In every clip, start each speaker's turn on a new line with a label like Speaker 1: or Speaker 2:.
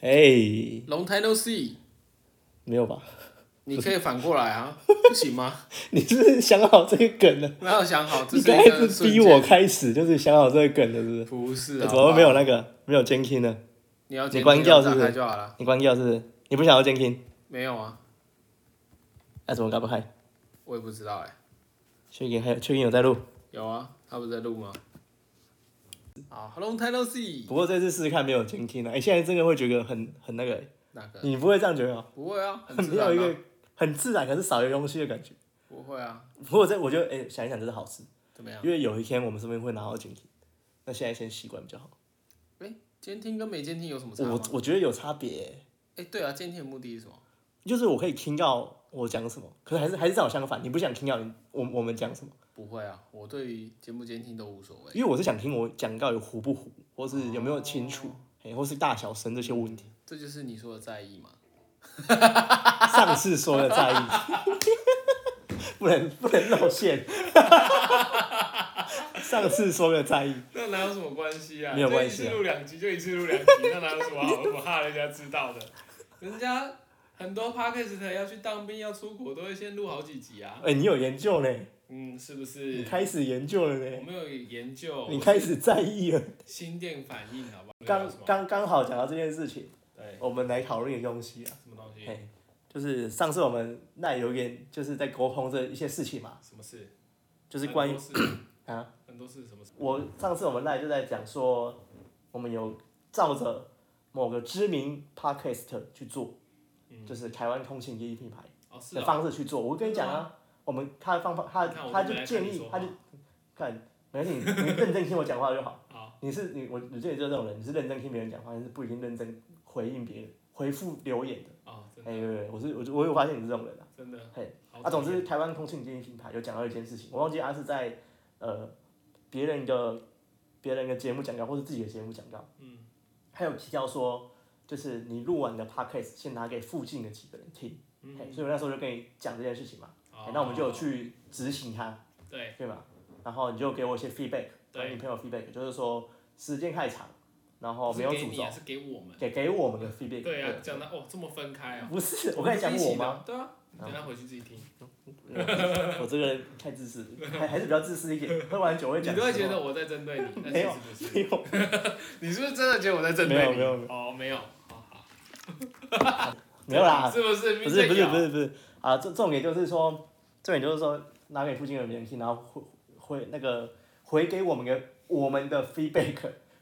Speaker 1: 哎，
Speaker 2: 龙 time no see，
Speaker 1: 没有吧？
Speaker 2: 你可以反过来啊，不行吗？
Speaker 1: 你是不是想好这个梗了？
Speaker 2: 没有想好，这
Speaker 1: 你
Speaker 2: 是
Speaker 1: 刚
Speaker 2: 一
Speaker 1: 才
Speaker 2: 个
Speaker 1: 是
Speaker 2: 瞬
Speaker 1: 逼
Speaker 2: 间
Speaker 1: 我，开始，就是想好这个梗的，是不是？
Speaker 2: 不是啊，
Speaker 1: 怎么没有
Speaker 2: 好不好？
Speaker 1: 那个没有监听呢？
Speaker 2: 你要
Speaker 1: 你关掉
Speaker 2: 是
Speaker 1: 是不是
Speaker 2: 就好了，
Speaker 1: 你关掉是不是？你不想要监听？
Speaker 2: 没有啊，
Speaker 1: 那、怎么搞不开？
Speaker 2: 我也不知道哎、
Speaker 1: 确定还有确定有在录？
Speaker 2: 有啊，他不是在录吗？好，long time no see，
Speaker 1: 不过这次试试看没有监听了、哎、现在真的会觉得很很那个、哎
Speaker 2: 哪个？
Speaker 1: 你不会这样觉得吗？
Speaker 2: 不会啊，很自
Speaker 1: 没
Speaker 2: 然、
Speaker 1: 有一
Speaker 2: 啊
Speaker 1: 个，很自然，可是少一个东西的感觉。
Speaker 2: 不会啊，
Speaker 1: 不过这我觉得，哎、想一想这是好事，
Speaker 2: 怎么样？
Speaker 1: 因为有一天我们说不定会拿到监听，那现在先习惯比较好。
Speaker 2: 哎、监听跟没监听有什么差吗
Speaker 1: 我？我觉得有差别、哎
Speaker 2: 哎、对啊，监听的目的是什么？
Speaker 1: 就是我可以听到我讲什么，可是还是还是正好相反，你不想听到你我我们讲什么，
Speaker 2: 不会啊，我对于监不监听都无所谓。
Speaker 1: 因为我是想听我讲到底糊不糊，或是有没有清楚，嘿或是大小声这些问题。
Speaker 2: 这就是你说的在意嘛？
Speaker 1: 上次说的在意， 不能不能露馅。上次说的在意，
Speaker 3: 那哪有什么关系啊？
Speaker 1: 没有关系啊
Speaker 3: 就一次录两集就一次录两集，那哪有什么好 我怕人家知道的？人家很多 podcast 要去当兵要出国，都会先录好几集啊。
Speaker 1: 哎、你有研究呢，
Speaker 3: 嗯，是不
Speaker 1: 你
Speaker 3: 是？
Speaker 1: 开始研究了
Speaker 3: 我
Speaker 1: 呢，
Speaker 3: 没有研究
Speaker 1: 你开始在意了。
Speaker 3: 心电反应，好不好？
Speaker 1: 刚
Speaker 3: 什么？哎
Speaker 1: 刚刚好讲到这件事情，
Speaker 3: 对，
Speaker 1: 我们来讨论一个东西啊，
Speaker 3: 什么东西？
Speaker 1: 嘿，就是上次我们那有点就是在沟通这一些事情嘛，
Speaker 3: 什么事？
Speaker 1: 就是关于
Speaker 3: 很多事
Speaker 1: 啊。
Speaker 3: 很多事，什么事？
Speaker 1: 我上次我们那就在讲说，我们有照着某个知名 podcast 去做，就是台湾通信第一品牌
Speaker 3: 嗯哦，是
Speaker 1: 的
Speaker 3: 啊。
Speaker 1: 方式去做。我跟你讲啊，我们他放他
Speaker 3: 你看我
Speaker 1: 他
Speaker 3: 都
Speaker 1: 就
Speaker 3: 没来
Speaker 1: 建
Speaker 3: 看你
Speaker 1: 议
Speaker 3: 说话
Speaker 1: 他就看，没事你你认真听我讲话就好。
Speaker 3: 好，
Speaker 1: 你是你我你这里就是这种人，你是认真听别人讲话，但是不一定认真回应别人回复留言的。
Speaker 3: 哦，真
Speaker 1: 哎、
Speaker 3: 的，
Speaker 1: 对对对，我是我就我有发现你是这种人啊。
Speaker 3: 真的。
Speaker 1: 嘿，
Speaker 3: 好
Speaker 1: 啊，总之台湾通信经营品牌有讲到一件事情，我忘记他是在呃别人的别人的节目讲到，或是自己的节目讲到，嗯，还有提到说，就是你录完你的 podcast 先拿给附近的几个人听，
Speaker 3: 嗯
Speaker 1: 嘿，所以我那时候就跟你讲这件事情嘛，
Speaker 3: 好
Speaker 1: 哎嘿那我们就有去执行它，
Speaker 3: 哦对，
Speaker 1: 对嘛，然后你就给我一些 feedback，
Speaker 3: 对
Speaker 1: 你朋友 feedback 就是说时间太长，然后没有
Speaker 3: 不是
Speaker 1: 主
Speaker 3: 给你
Speaker 1: 轴
Speaker 3: 啊，，是给我们。
Speaker 1: 给给我们的 feedback，
Speaker 3: 对啊，讲到哦，这么分开啊。
Speaker 1: 不是我跟你讲
Speaker 3: 一起
Speaker 1: 我
Speaker 3: 的
Speaker 1: 吗？？
Speaker 3: 对啊，你等他回去自己听。
Speaker 1: 我这个人太自私，还还是比较自私一点。喝完酒会
Speaker 3: 你
Speaker 1: 讲。
Speaker 3: 都会觉得我在针 对你，但
Speaker 1: 没
Speaker 3: 其
Speaker 1: 有
Speaker 3: 实不是。
Speaker 1: 没有，
Speaker 3: 你是不是真的觉得我在针对你？
Speaker 1: 没有没有没
Speaker 3: 哦，没有。好好
Speaker 1: 没有啦，
Speaker 3: 是不是？
Speaker 1: 不是不是不
Speaker 3: 是。
Speaker 1: 是不是啊！重重点就是说，重点就是说，拿给附近的人听，然后回回那个回给我们的我们的 feedback，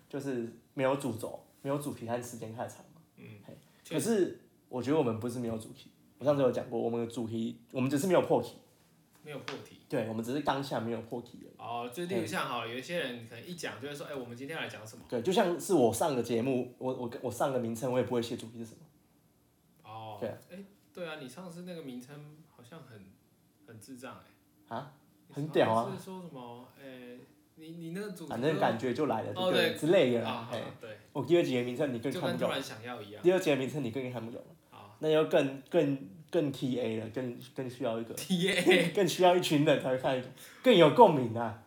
Speaker 1: 就是没有主轴，没有主题和时间太长嘛。
Speaker 3: 嗯
Speaker 1: 嘿，
Speaker 3: 确
Speaker 1: 可是我觉得我们不是没有主题，我上次有讲过，我们的主题我们只是没有破题，
Speaker 3: 没有破题。
Speaker 1: 对我们只是当下没有破题而已
Speaker 3: 哦，就例如像好，有一些人可能一讲就会说，哎，我们今天要来讲什么？
Speaker 1: 对，就像是我上个节目，我我我上个名称，我也不会写主题是什么。
Speaker 3: 哦，
Speaker 1: 对
Speaker 3: 哎，对啊，你上次那个名称好像很很智障哎。
Speaker 1: 啊？很屌啊！
Speaker 3: 是说什么？哎，你你那个主题
Speaker 1: 反正感觉就来了，对
Speaker 3: 哦
Speaker 1: 不对？
Speaker 3: 对
Speaker 1: 之类的啦
Speaker 3: 啊。，
Speaker 1: 嘿
Speaker 3: 好对，
Speaker 1: 我第二集的名称你更
Speaker 3: 就
Speaker 1: 看
Speaker 3: 跟
Speaker 1: 不
Speaker 3: 突
Speaker 1: 懂，
Speaker 3: 然想要一样。啊
Speaker 1: 第二集的名称你更看不懂，
Speaker 3: 好
Speaker 1: 那要更更更 T A 了，更更需要一个，
Speaker 3: ，T A
Speaker 1: 更需要一群人才会看得懂，更有共鸣啊，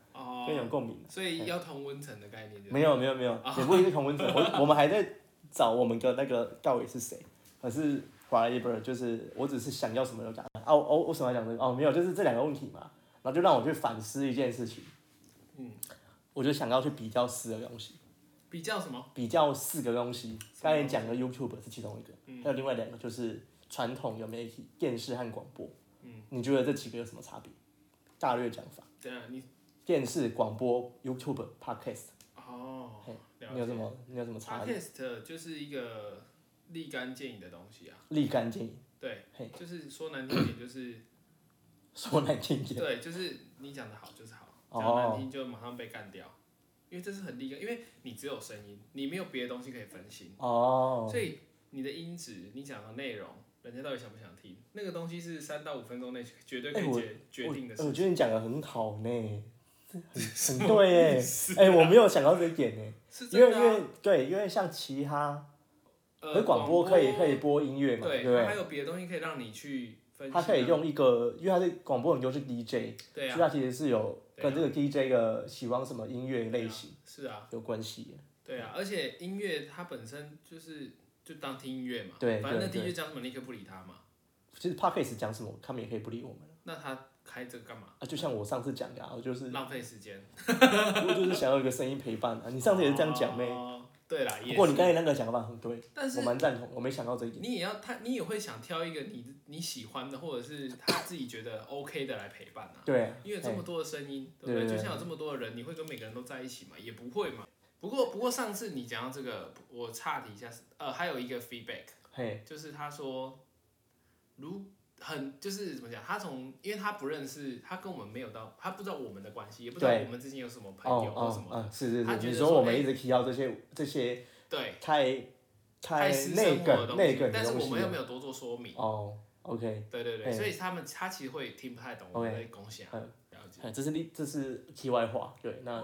Speaker 1: 更有
Speaker 3: 哦，
Speaker 1: 共鸣。
Speaker 3: 所以要同温层的哦概念就是。
Speaker 1: 没有没有没有，也不一定是同文者，我我们还在找我们的那个到底是谁，可是。华一本就是，我只是想要什么就讲啊，我我为什么要讲这个？哦，没有，就是这两个问题嘛，然后就让我去反思一件事情，
Speaker 3: 嗯，
Speaker 1: 我就想要去比较四个东西，
Speaker 3: 比较什么？
Speaker 1: 比较四个东西，刚才讲的 YouTube 是其中一个，
Speaker 3: 嗯
Speaker 1: 还有另外两个就是传统有媒体、电视和广播。嗯，你觉得这几个有什么差别？大略讲法：
Speaker 3: 对啊，你
Speaker 1: 电视、广播、YouTube、Podcast，
Speaker 3: 哦
Speaker 1: 嘿，
Speaker 3: 了
Speaker 1: 你有
Speaker 3: 解
Speaker 1: 什。么？你有什么差别？
Speaker 3: Podcast 就是一个立竿见影的东西啊，
Speaker 1: 立竿见影，
Speaker 3: 对
Speaker 1: 嘿，
Speaker 3: 就是说难听一点，就是
Speaker 1: 说难听一点，
Speaker 3: 对，就是你讲的好就是好，
Speaker 1: 哦
Speaker 3: 讲难听就马上被干掉，因为这是很立竿，因为你只有声音，你没有别的东西可以分心，
Speaker 1: 哦，
Speaker 3: 所以你的音质，你讲的内容，人家到底想不想听，那个东西是三到五分钟内绝对可
Speaker 1: 哎
Speaker 3: 以
Speaker 1: 我
Speaker 3: 决决定的
Speaker 1: 我我
Speaker 3: 事
Speaker 1: 觉
Speaker 3: 情。
Speaker 1: 得你讲的很好呢，很很 对耶，哎、我没有想到这一点呢，
Speaker 3: 啊是
Speaker 1: 因为
Speaker 3: 真的
Speaker 1: 因
Speaker 3: 啊、
Speaker 1: 为对，因为像其他，可
Speaker 3: 呃，
Speaker 1: 是广播可以可以播音乐嘛，对
Speaker 3: 对，
Speaker 1: 不对
Speaker 3: 它？还有别的东西可以让你去分析、
Speaker 1: 他
Speaker 3: 啊，
Speaker 1: 可以用一个，因为他是广播，很多是 DJ，、
Speaker 3: 对
Speaker 1: 所
Speaker 3: 啊，
Speaker 1: 以他其实是有
Speaker 3: 对啊
Speaker 1: 跟这个 DJ 的喜欢什么音乐类型
Speaker 3: 是啊，
Speaker 1: 有关系。
Speaker 3: 对啊，而且音乐它本身就是就当听音乐嘛。
Speaker 1: 对
Speaker 3: 反正那
Speaker 1: 对
Speaker 3: 听音乐讲什么，你可以不理他嘛。
Speaker 1: 其实 podcast 讲什么，他们也可以不理我们
Speaker 3: 那他开这个干嘛？
Speaker 1: 啊。就像我上次讲的、啊，我就是
Speaker 3: 浪费时间。
Speaker 1: 我就是想要有一个声音陪伴啊。你上次也是这样讲呗。
Speaker 3: 哦对啦，
Speaker 1: 不
Speaker 3: 也
Speaker 1: 过你
Speaker 3: 是。
Speaker 1: 刚才那个想法很对，
Speaker 3: 但是
Speaker 1: 我蛮赞同，我没想到这一点。
Speaker 3: 你也要他，你也会想挑一个你你喜欢的，或者是他自己觉得 OK 的来陪伴啊。
Speaker 1: 对啊，
Speaker 3: 因为有这么多的声音，对不
Speaker 1: 对对
Speaker 3: 对？
Speaker 1: 对
Speaker 3: 就像有这么多的人，你会跟每个人都在一起吗？也不会嘛。不过不过上次你讲到这个，我岔题一下，呃，还有一个 feedback，
Speaker 1: 嘿，
Speaker 3: 就是他说，如很就是怎么讲，他从因为他不认识，他跟我们没有到，他不知道我们的关系，也不知道
Speaker 1: 对
Speaker 3: 我们之间有什么朋
Speaker 1: 哦
Speaker 3: 友或什
Speaker 1: 哦
Speaker 3: 么的，
Speaker 1: 嗯，是是
Speaker 3: 他
Speaker 1: 是，
Speaker 3: 觉得
Speaker 1: 你
Speaker 3: 说
Speaker 1: 我们
Speaker 3: 哎
Speaker 1: 一直提到这些这些
Speaker 3: 对，
Speaker 1: 太太
Speaker 3: 太私
Speaker 1: 内
Speaker 3: 生活的
Speaker 1: 梗
Speaker 3: 东
Speaker 1: 内
Speaker 3: 西，
Speaker 1: 梗的
Speaker 3: 但是
Speaker 1: 东
Speaker 3: 我
Speaker 1: 西
Speaker 3: 们又没
Speaker 1: 了。
Speaker 3: 有多做说明，
Speaker 1: 哦，OK，
Speaker 3: 对对
Speaker 1: 哎
Speaker 3: 对，所以他们他其实会听不太懂我们的贡献啊，了解。
Speaker 1: 哎这是例这是题外话。对，那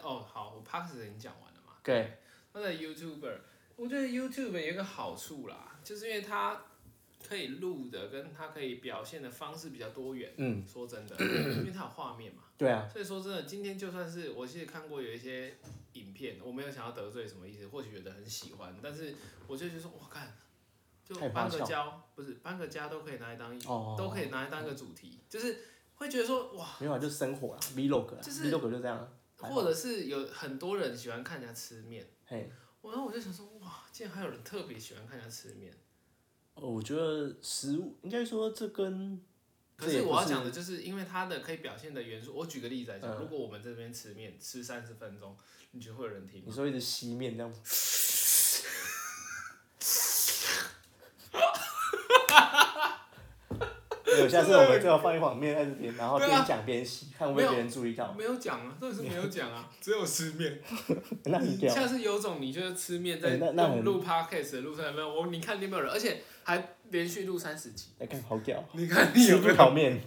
Speaker 3: 哦，好，我 p a s s 已经讲完了嘛。
Speaker 1: 对，
Speaker 3: 那在 YouTuber，我觉得 YouTuber 有一个好处啦，就是因为它可以录的跟它可以表现的方式比较多元。
Speaker 1: 嗯，
Speaker 3: 说真的，因为它有画面嘛，
Speaker 1: 对啊，
Speaker 3: 所以说真的，今天就算是我其实看过有一些影片，我没有想要得罪什么意思，或许有的很喜欢，但是我就觉得说，我看，就
Speaker 1: 太花
Speaker 3: 搬个
Speaker 1: 俏
Speaker 3: 家，不是搬个家都可以拿来当一，
Speaker 1: 哦
Speaker 3: 都可以拿来当一个主题，就是会觉得说，哇，
Speaker 1: 没有啊，就是生活啊，vlog 啊
Speaker 3: 就是
Speaker 1: ，vlog 就这样啊。还好
Speaker 3: 或者是有很多人喜欢看人家吃面。
Speaker 1: 嘿，
Speaker 3: 我然后我就想说，哇，竟然还有人特别喜欢看人家吃面。
Speaker 1: 哦我觉得食物应该说这跟
Speaker 3: 可
Speaker 1: 这
Speaker 3: 是
Speaker 1: 也不
Speaker 3: 我要
Speaker 1: 是
Speaker 3: 讲的就是，因为它的可以表现的元素，我举个例子来讲，
Speaker 1: 嗯
Speaker 3: 如果我们这边吃面吃三十分钟，你觉得会有人听
Speaker 1: 你
Speaker 3: 吗？
Speaker 1: 说一直吸面这样，没有，下次我们就要放一碗面在这边，然后边
Speaker 3: 对啊
Speaker 1: 讲边吸，看会不会
Speaker 3: 没有
Speaker 1: 别人注意 到。
Speaker 3: 没有讲啊，这是没有 讲啊，只有吃面。
Speaker 1: 那你屌，
Speaker 3: 下次有种你就是吃面在
Speaker 1: 哎那那很
Speaker 3: 录录 podcast 的路上有没有？我你看你有没有人，而且还连续录三 十集。
Speaker 1: 哎，看好屌，
Speaker 3: 你看你
Speaker 1: 吃
Speaker 3: 有没
Speaker 1: 不
Speaker 3: 有？
Speaker 1: 烤面，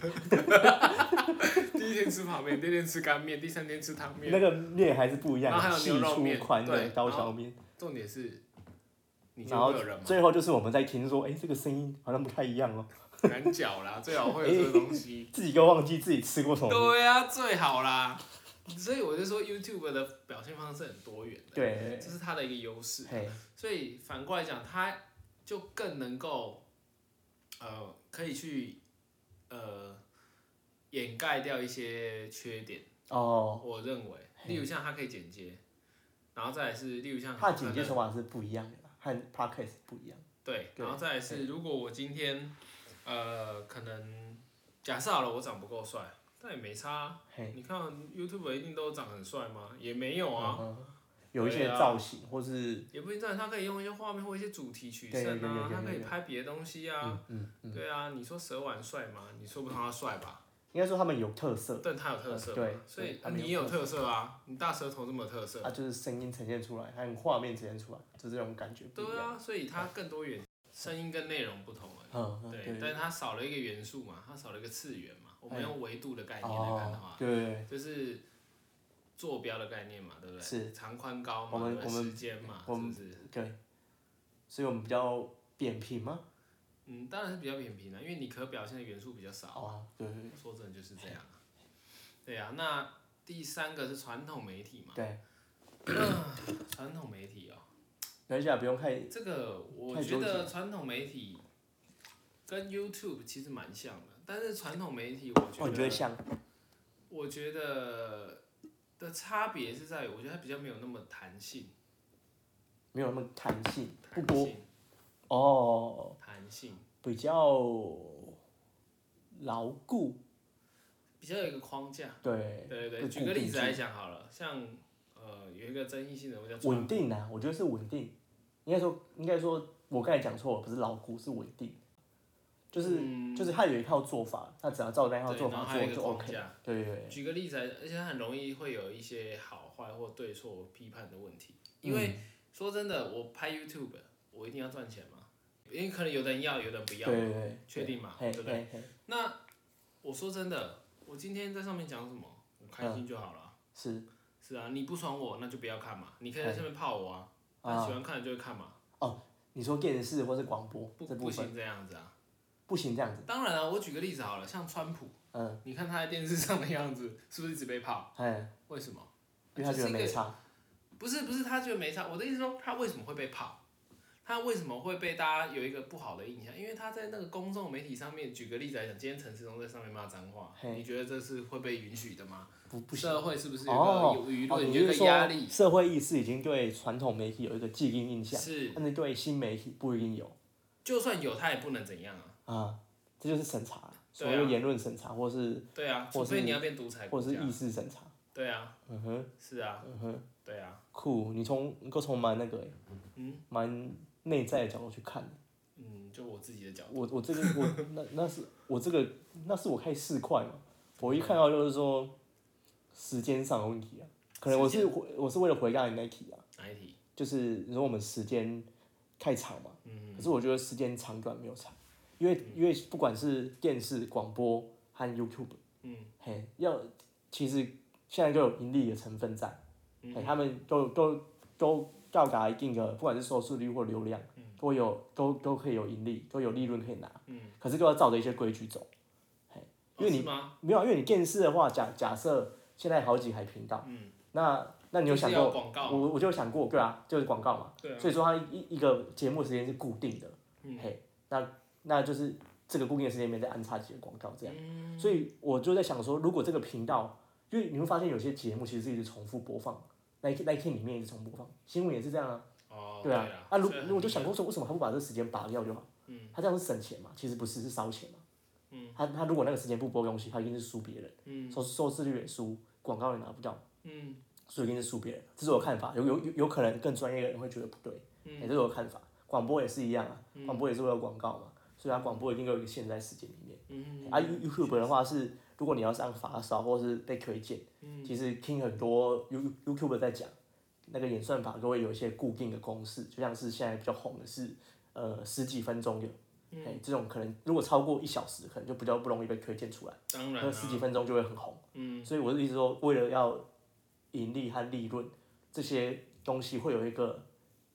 Speaker 3: 第一天吃泡面，第二天吃干面，第三天吃汤面。
Speaker 1: 那个面还是不一样
Speaker 3: 然后还
Speaker 1: 的，
Speaker 3: 有
Speaker 1: 细
Speaker 3: 牛肉
Speaker 1: 粗
Speaker 3: 面
Speaker 1: 宽的
Speaker 3: 对
Speaker 1: 刀
Speaker 3: 然
Speaker 1: 削
Speaker 3: 后
Speaker 1: 面。
Speaker 3: 重点是，你觉
Speaker 1: 然
Speaker 3: 得
Speaker 1: 后
Speaker 3: 会有人吗？
Speaker 1: 最后就是我们在听说，哎，这个声音好像不太一样哦，
Speaker 3: 难讲 啦，最好会有这个东西。
Speaker 1: 自己都忘记自己吃过什么面。
Speaker 3: 对呀、最好啦。所以我就说 YouTube 的表现方式很多元的，
Speaker 1: 对，
Speaker 3: 这是它的一个优势。
Speaker 1: 嘿，
Speaker 3: 所以反过来讲，它就更能够，呃，可以去，呃，掩盖掉一些缺点。
Speaker 1: 哦，
Speaker 3: 我认为，
Speaker 1: 嘿
Speaker 3: 例如像它可以剪接，然后再来是例如像
Speaker 1: 它的警戒
Speaker 3: 的
Speaker 1: 手法是不一样的啦，和 podcast 不一样。
Speaker 3: 对，
Speaker 1: 对
Speaker 3: 然后再来是，如果我今天，呃，可能假设好了，我长不够帅，但也没差啊、
Speaker 1: 嘿，
Speaker 3: 你看 YouTube 一定都长很帅吗？也没有
Speaker 1: 嗯
Speaker 3: 啊，
Speaker 1: 哼有一些
Speaker 3: 对啊
Speaker 1: 造型或是
Speaker 3: 也不一定这样，他可以用一些画面或一些主题取
Speaker 1: 嗯对
Speaker 3: 胜
Speaker 1: 有有有
Speaker 3: 啊，他
Speaker 1: 有
Speaker 3: 可以
Speaker 1: 有
Speaker 3: 拍别的东西啊。
Speaker 1: 嗯嗯，
Speaker 3: 对啊，你说蛇丸帅吗？你说不上他帅吧，
Speaker 1: 应该说他们有特色
Speaker 3: 但他有特色嘛，
Speaker 1: 嗯对
Speaker 3: 所以
Speaker 1: 对他
Speaker 3: 啊
Speaker 1: 们
Speaker 3: 你
Speaker 1: 有
Speaker 3: 也有
Speaker 1: 特
Speaker 3: 特色啊，你大舌头这么有特色，
Speaker 1: 啊，就是声音呈现出来，还有画面呈现出来，就是这种感觉不一
Speaker 3: 对
Speaker 1: 样。
Speaker 3: 啊，所以它更多元，声音跟内容不同而已。
Speaker 1: 嗯，嗯
Speaker 3: 对，但
Speaker 1: 对，
Speaker 3: 是它少了一个元素嘛，它少了一个次元嘛，我们
Speaker 1: 哎
Speaker 3: 用维度的概念来看的
Speaker 1: 哦
Speaker 3: 话，，
Speaker 1: 对，
Speaker 3: 就是坐标的概念嘛，对不对？
Speaker 1: 是
Speaker 3: 长宽高
Speaker 1: 我
Speaker 3: 嘛，
Speaker 1: 们
Speaker 3: 对不
Speaker 1: 我
Speaker 3: 对
Speaker 1: 们
Speaker 3: 时间嘛，是
Speaker 1: 我
Speaker 3: 不
Speaker 1: 们
Speaker 3: 是？
Speaker 1: 对，所以我们比较扁平吗？
Speaker 3: 嗯，当然是比较扁平的、因为你可表现的元素比较少。啊
Speaker 1: 哦，对对对
Speaker 3: 说真的就是这样啊。对啊，那第三个是传统媒体嘛，
Speaker 1: 对，
Speaker 3: 传统媒体哦，
Speaker 1: 等一下不用太
Speaker 3: 这个我
Speaker 1: 太
Speaker 3: 觉
Speaker 1: 纠结
Speaker 3: 得传统媒体跟 YouTube 其实蛮像的，但是传统媒体我觉
Speaker 1: 哦，你觉得像
Speaker 3: 我觉得的差别是在于，我觉得它比较没有那么弹性，
Speaker 1: 没有那么弹性，不
Speaker 3: 弹
Speaker 1: 多
Speaker 3: 性，
Speaker 1: 哦，
Speaker 3: 弹性
Speaker 1: 比较牢固，
Speaker 3: 比较有一个框架。
Speaker 1: 对，
Speaker 3: 对对
Speaker 1: 会
Speaker 3: 对，举个
Speaker 1: 固
Speaker 3: 例
Speaker 1: 定
Speaker 3: 子
Speaker 1: 住
Speaker 3: 来讲好了，像呃有一个争议性的，我叫
Speaker 1: 稳定啊，我觉得是稳定。应该说，应该说，我刚才讲错了，不是牢固，是稳定。就是、
Speaker 3: 嗯
Speaker 1: 就是他有一套做法，他只要照那套
Speaker 3: 对
Speaker 1: 做
Speaker 3: 然
Speaker 1: 法
Speaker 3: 后还有
Speaker 1: 做
Speaker 3: 一个
Speaker 1: 就
Speaker 3: 框
Speaker 1: OK
Speaker 3: 架。。
Speaker 1: 对对对，
Speaker 3: 举个例子来，而且它很容易会有一些好坏或对错批判的问题。因为、
Speaker 1: 嗯
Speaker 3: 说真的，我拍 YouTube，我一定要赚钱嘛，因为可能有的人要，有的人不
Speaker 1: 对
Speaker 3: 要，
Speaker 1: 对对，
Speaker 3: 确定嘛，
Speaker 1: 嘿
Speaker 3: 对不对？
Speaker 1: 嘿嘿，
Speaker 3: 那我说真的，我今天在上面讲什么，我开
Speaker 1: 嗯
Speaker 3: 心就好了。
Speaker 1: 是
Speaker 3: 是啊，你不爽我，那就不要看嘛。你可以在下面泡我啊，那喜
Speaker 1: 啊。
Speaker 3: 欢看的就会看嘛，
Speaker 1: 哦你说电视或是广播
Speaker 3: 不
Speaker 1: 这部
Speaker 3: 不
Speaker 1: 分
Speaker 3: 行这样子啊。
Speaker 1: 不行这样子，
Speaker 3: 当然了、我举个例子好了，像川普，
Speaker 1: 嗯，
Speaker 3: 你看他在电视上的样子，是不是一直被泡？
Speaker 1: 哎，
Speaker 3: 为什么？
Speaker 1: 因为他觉
Speaker 3: 就是
Speaker 1: 得
Speaker 3: 一个
Speaker 1: 没差，
Speaker 3: 不是不是，他觉得没差。我的意思说，他为什么会被泡？他为什么会被大家有一个不好的印象？因为他在那个公众媒体上面，举个例子来讲，今天陈世忠在上面骂脏话，
Speaker 1: 嘿
Speaker 3: 你觉得这是会被允许的吗？
Speaker 1: 不不行。
Speaker 2: 社会是不是有
Speaker 1: 哦
Speaker 2: 个有舆
Speaker 1: 哦
Speaker 2: 论
Speaker 1: 你
Speaker 2: 有
Speaker 1: 是
Speaker 2: 个
Speaker 1: 说
Speaker 2: 压力？
Speaker 1: 社会意识已经对传统媒体有一个既定印象，
Speaker 3: 是，
Speaker 1: 但是对新媒体不一定有
Speaker 3: 就算有他也不能怎样啊。
Speaker 1: 啊，这就是审查，所谓
Speaker 3: 对
Speaker 1: 的
Speaker 3: 啊
Speaker 1: 言论审查，或是
Speaker 3: 对啊，
Speaker 1: 或
Speaker 3: 除
Speaker 1: 是
Speaker 3: 非你要变独裁
Speaker 1: 或
Speaker 3: 国
Speaker 1: 是
Speaker 3: 家
Speaker 1: 意。识审查。
Speaker 3: 对啊，
Speaker 1: 嗯哼，
Speaker 3: 是啊，
Speaker 1: 嗯哼，
Speaker 3: 对啊，
Speaker 1: 酷，你从你够从蛮那个欸，
Speaker 3: 嗯
Speaker 1: 蛮内在的角度去看的。
Speaker 3: 嗯，就我自己的角度。
Speaker 1: 我我这个我 那那是我这个那是我开四块
Speaker 3: 嗯
Speaker 1: 嘛，我一看到就是说时间上的问题啊，可能我
Speaker 3: 时
Speaker 1: 是回我是为了回答你那题啊，
Speaker 3: 哪一题？
Speaker 1: 就是你说我们时间太长嘛，
Speaker 3: 嗯，
Speaker 1: 可是我觉得时间长短没有差，因为因为不管是电视、广播和 YouTube，
Speaker 3: 嗯，
Speaker 1: 嘿，要其实现在都有盈利的成分在，
Speaker 3: 嗯
Speaker 1: 嘿，他们都都都到达一定的，不管是收视率或流量，
Speaker 3: 嗯
Speaker 1: 都有都都可以有盈利，都有利润可以拿，嗯，可是都要照着一些规矩走，嘿，因为
Speaker 3: 哦
Speaker 1: 你
Speaker 3: 是吗？
Speaker 1: 没有，因为你电视的话，假假设现在好几台频道，
Speaker 3: 嗯，
Speaker 1: 那那你有
Speaker 3: 就是
Speaker 1: 想
Speaker 3: 要
Speaker 1: 过？
Speaker 3: 广告？
Speaker 1: 我我就想过，对啊，就是广告嘛。
Speaker 3: 对啊，
Speaker 1: 所以说它一一个节目时间是固定的，
Speaker 3: 嗯
Speaker 1: 嘿，那那就是这个固定的时间里面再安插几个广告这样，
Speaker 3: 嗯
Speaker 1: 所以我就在想说，如果这个频道，因为你会发现有些节目其实是一直重复播放，那一天那一天里面一直重复播放，新闻也是这样啊，
Speaker 3: 哦，
Speaker 1: 对啊
Speaker 3: 啊，，
Speaker 1: 啊，如
Speaker 3: 所以很
Speaker 1: 我就想过说，为什么他不把这个时间拔掉就好？
Speaker 3: 嗯，
Speaker 1: 他这样是省钱嘛？其实不是，是烧钱嘛。嗯，他他如果那个时间不播东西，他一定是输别人，
Speaker 3: 嗯
Speaker 1: 收收视率也输，广告也拿不到，
Speaker 3: 嗯
Speaker 1: 所以一定是输别人。这是我看法，有有有有可能更专业的人会觉得不对，也、
Speaker 3: 嗯
Speaker 1: 这是我的看法。广播也是一样啊，广播也是为了广告嘛，所以它广播一定有一个限制在时间里面。
Speaker 3: 嗯，
Speaker 1: 啊，You YouTube 的话是，如果你要上发烧或是被推荐，
Speaker 3: 嗯
Speaker 1: 其实听很多 You YouTube 在讲那个演算法都会有一些固定的公式，就像是现在比较红的是呃十几分钟的，
Speaker 3: 嗯
Speaker 1: 哎、这种可能如果超过一小时，可能就比较不容易被推荐出来，嗯
Speaker 3: 当然
Speaker 1: 那
Speaker 3: 啊
Speaker 1: 十几分钟就会很红。
Speaker 3: 嗯
Speaker 1: 所以我的意思说，为了要盈利和利润这些东西，会有一个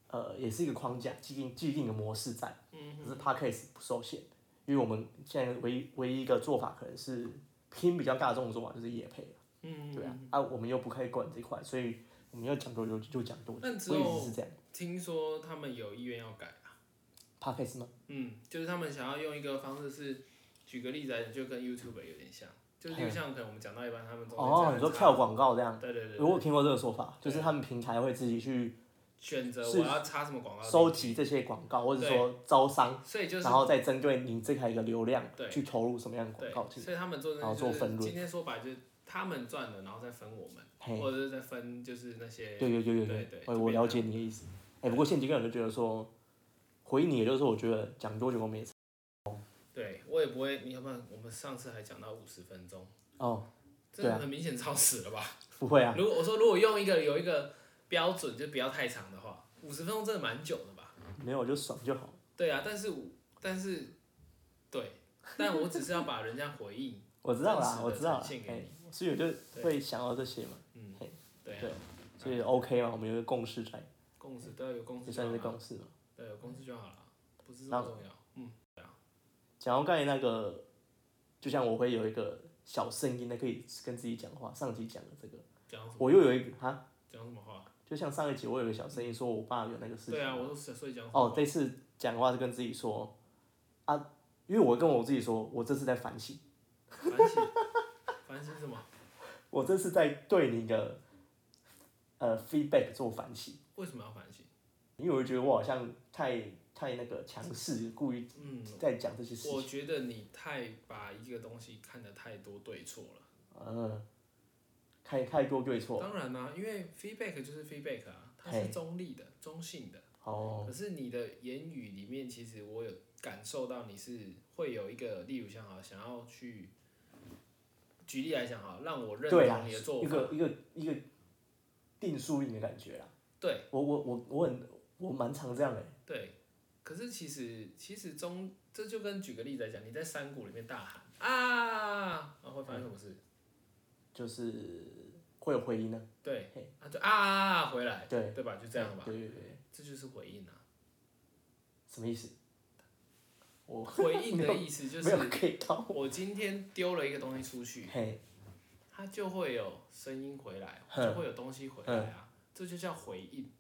Speaker 1: 呃，也是一个框架，既定既定的模式在。
Speaker 3: 嗯
Speaker 1: 可是 podcast 不受限，因为我们现在唯一唯一一个做法可能是拼比较大众的做法，就是业配，
Speaker 3: 嗯，
Speaker 1: 对啊，啊，我们又不可以管这一块，所以我们要讲多久就讲多久，
Speaker 3: 但之
Speaker 1: 我一
Speaker 3: 后
Speaker 1: 直是这样。
Speaker 3: 听说他们有意愿要改啊，
Speaker 1: podcast 吗？
Speaker 3: 嗯，就是他们想要用一个方式是，举个例子来讲，就跟 YouTube 有点像，就是就像可能我们讲到一半，他们中间
Speaker 1: 嗯哦，
Speaker 3: 再
Speaker 1: 你说
Speaker 3: 插
Speaker 1: 跳，广告这样，
Speaker 3: 啊对对对
Speaker 1: 我有
Speaker 3: 对，
Speaker 1: 听过这个说法，就是他们平台会自己去
Speaker 3: 选择
Speaker 1: 是
Speaker 3: 我要插什么广告，
Speaker 1: 收集这些广告，或者说招商。
Speaker 3: 所以就是
Speaker 1: 然后再针对你这台的流量
Speaker 3: 对
Speaker 1: 去投入什么样的广
Speaker 3: 对
Speaker 1: 告，进来。
Speaker 3: 所以他们做的
Speaker 1: 然后
Speaker 3: 就
Speaker 1: 做
Speaker 3: 是
Speaker 1: 分论
Speaker 3: 今天说白就是他们赚了，然后再分我们，
Speaker 1: 嘿，
Speaker 3: 或者是再分就是那些
Speaker 1: 对对对对
Speaker 3: 对对
Speaker 1: 我
Speaker 3: 就
Speaker 1: 我
Speaker 3: 变
Speaker 1: 了解你的意思。哎，不过现阶段我就觉得说，回应你，也就是我觉得讲多久我们也差
Speaker 3: 对我也不会，你要不然我们上次还讲到五十分钟，
Speaker 1: 哦，
Speaker 3: 这
Speaker 1: 对啊
Speaker 3: 很明显超时了吧？
Speaker 1: 不会啊，
Speaker 3: 如果我说如果用一个有一个标准，就不要太长的话，五十分钟真的蛮久的吧？
Speaker 1: 没有我就爽就好。
Speaker 3: 对啊，但是我但是对，但我只是要把人家 回应，
Speaker 1: 我知道
Speaker 3: 真实
Speaker 1: 啦，
Speaker 3: 地
Speaker 1: 我知道啦
Speaker 3: 呈现，给
Speaker 1: 哎，所以我就
Speaker 3: 对
Speaker 1: 会想到这些嘛，
Speaker 3: 嗯
Speaker 1: 嘿，
Speaker 3: 对啊，
Speaker 1: 对所以 OK 嘛，我们有一个共识在，
Speaker 3: 共识都要有共识啊
Speaker 1: 也
Speaker 3: 就
Speaker 1: 算
Speaker 3: 好
Speaker 1: 是
Speaker 3: 了，
Speaker 1: 共识嘛。
Speaker 3: 对，有共识就好了，不是这么重要，嗯，
Speaker 1: 讲到刚才那个，就像我会有一个小声音，那可以跟自己讲话。上集讲的这个，
Speaker 3: 讲什么
Speaker 1: 我又有一个哈，
Speaker 3: 讲什么话？
Speaker 1: 就像上一集我有一个小声音，说我爸有那个事情
Speaker 3: 对。啊，我都所以讲什么
Speaker 1: 哦，
Speaker 3: 话
Speaker 1: 这次讲话是跟自己说啊，因为我跟我自己说，我这是在反省，
Speaker 3: 反省 反省什么？
Speaker 1: 我这是在对你的呃 feedback 做反省，
Speaker 3: 为什么要反省？
Speaker 1: 因为我就觉得我好像太太那个强势，故意
Speaker 3: 嗯，
Speaker 1: 在讲这些事
Speaker 3: 我
Speaker 1: 情。
Speaker 3: 觉得你太把一个东西看得太多对错了。
Speaker 1: 嗯，太太多对错
Speaker 3: 当然啦、因为 feedback 就是 feedback 啊，它
Speaker 1: 嘿
Speaker 3: 是中立的、中性的。
Speaker 1: 哦，
Speaker 3: 可是你的言语里面，其实我有感受到你是会有一个，例如像好想要去举例来讲哈，让我认
Speaker 1: 对啦
Speaker 3: 同你的做
Speaker 1: 一
Speaker 3: 法。
Speaker 1: 个一个一个定输赢的感觉啦。
Speaker 3: 对
Speaker 1: 我我我我很我蛮常这样的、
Speaker 3: 对，可是其实其实中这就跟举个例子来讲，你在山谷里面大喊啊，然后会发生什么事？
Speaker 1: 就是会有回音呢、嗯
Speaker 3: 对
Speaker 1: 嘿，
Speaker 3: 啊就啊回来，
Speaker 1: 对
Speaker 3: 对吧？就这样吧，
Speaker 1: 对对对，
Speaker 3: 这就是回应啊。
Speaker 1: 什么意思？我
Speaker 3: 回应的意思就
Speaker 1: 没
Speaker 3: 是
Speaker 1: 有 get 到。
Speaker 3: 我今天丢了一个东西出去，
Speaker 1: 嘿，
Speaker 3: 它就会有声音回来，
Speaker 1: 哼
Speaker 3: 就会有东西回来啊，这就叫回应。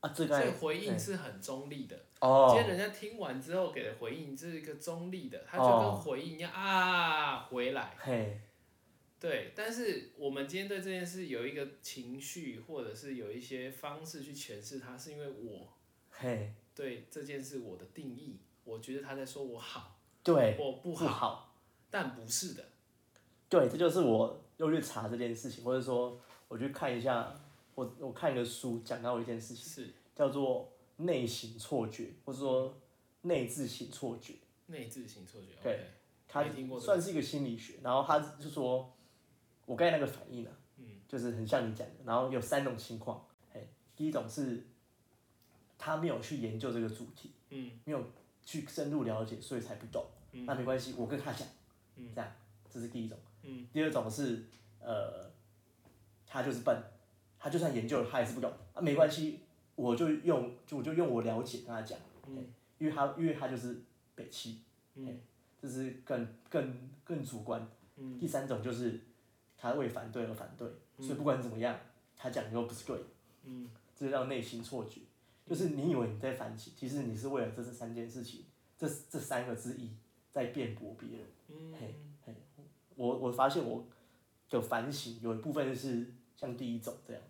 Speaker 1: 啊，这
Speaker 3: 所以
Speaker 1: 个
Speaker 3: 回应是很中立的。今
Speaker 1: 哦
Speaker 3: 天人家听完之后给的回应这是一个中立的，他就跟
Speaker 1: 哦
Speaker 3: 回应一样、啊回来。
Speaker 1: 嘿
Speaker 3: 对，但是我们今天对这件事有一个情绪，或者是有一些方式去诠释它，是因为我
Speaker 1: 嘿，
Speaker 3: 对这件事我的定义，我觉得他在说我好，
Speaker 1: 对，
Speaker 3: 我不好，
Speaker 1: 好，
Speaker 3: 但不是的。
Speaker 1: 对，这就是我又去查这件事情，或者说我去看一下，我我看一个书讲到一件事情，
Speaker 3: 是
Speaker 1: 叫做内省错觉，或者说内自省错觉。
Speaker 3: 内置型错觉。
Speaker 1: 对
Speaker 3: OK，
Speaker 1: 他
Speaker 3: 没听过这
Speaker 1: 算是一个心理学，然后他就说，我刚才那个反应啊，
Speaker 3: 嗯
Speaker 1: 就是很像你讲的，然后有三种情况，哎，第一种是他没有去研究这个主题，
Speaker 3: 嗯，
Speaker 1: 没有去深入了解，所以才不懂，
Speaker 3: 嗯
Speaker 1: 那没关系，我跟他讲，
Speaker 3: 嗯
Speaker 1: 这样，这是第一种，
Speaker 3: 嗯，
Speaker 1: 第二种是呃，他就是笨，他就算研究了，他也是不懂，啊，没关系，我就用就我就用我了解跟他讲，
Speaker 3: 嗯
Speaker 1: 哎，因为他因为他就是北七。这是更更更主观。
Speaker 3: 嗯
Speaker 1: 第三种就是他为反对而反对，所以不管怎么样，他讲的又不是对。嗯，这就叫内心错觉，就是你以为你在反省，其实你是为了这这三件事情，这这三个之一在辩驳别人。
Speaker 3: 嗯
Speaker 1: 嘿，嘿，我我发现我的反省有一部分是像第一种这样，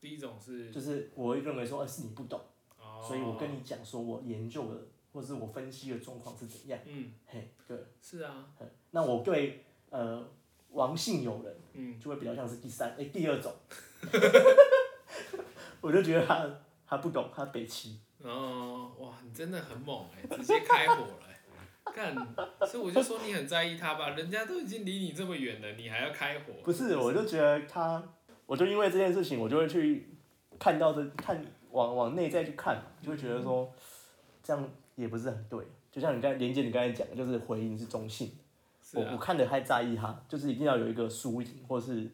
Speaker 3: 第一种是，
Speaker 1: 就是我会认为说，呃，是你不懂，
Speaker 3: 哦、
Speaker 1: 所以我跟你讲说我研究的或是我分析的状况是怎样。
Speaker 3: 嗯，
Speaker 1: 嘿，对。
Speaker 3: 是啊，
Speaker 1: 嗯那我对呃王姓友人，
Speaker 3: 嗯，
Speaker 1: 就会比较像是第三哎、第二种， 我就觉得他他不懂，他北齐，
Speaker 3: 然后哇，你真的很猛哎、直接开火了、欸。干，所以我就说你很在意他吧，人家都已经离你这么远了，你还要开火？
Speaker 1: 不是，我就觉得他，我就因为这件事情，我就会去看到这看往往内在去看，就会觉得说这样也不是很对。就像你刚才连接你刚才讲的，就是回应是中性的，
Speaker 3: 是
Speaker 1: 我
Speaker 3: 啊
Speaker 1: 我，看的太在意他，就是一定要有一个输赢，或是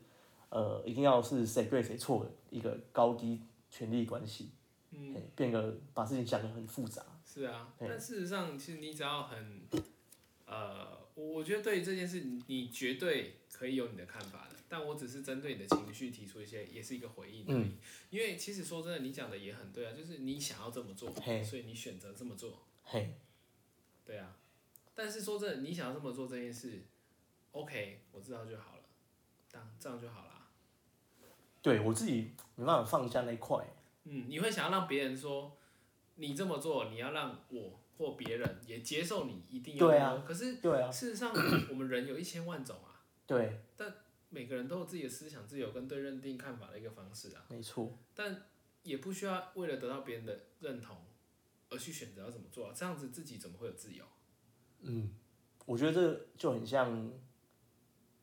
Speaker 1: 呃一定要是谁对谁错的一个高低权力关系。
Speaker 3: 嗯，
Speaker 1: 嘿变个把事情想得很复杂。
Speaker 3: 是啊。
Speaker 1: 对
Speaker 3: 但事实上，其实你只要很，呃，我我觉得对于这件事，你你绝对可以有你的看法的。但我只是针对你的情绪提出一些，也是一个回应而已。
Speaker 1: 嗯
Speaker 3: 因为其实说真的，你讲的也很对啊，就是你想要这么做，
Speaker 1: 嘿
Speaker 3: 所以你选择这么做。
Speaker 1: 嘿，
Speaker 3: 对啊，但是说真的，你想要这么做这件事，OK，我知道就好了，这样这样就好啦。
Speaker 1: 对我自己没办法放下那一块。
Speaker 3: 嗯，你会想要让别人说你这么做，你要让我或别人也接受你一定要
Speaker 1: 对
Speaker 3: 这
Speaker 1: 啊
Speaker 3: 样。可是
Speaker 1: 对啊，
Speaker 3: 事实上，我们人有一千万种啊，
Speaker 1: 对，
Speaker 3: 每个人都有自己的思想自由跟对认定看法的一个方式啊，
Speaker 1: 没错，
Speaker 3: 也不需要为了得到别人的认同而去选择要怎么做、啊，这样子自己怎么会有自由？
Speaker 1: 我觉得这就很像，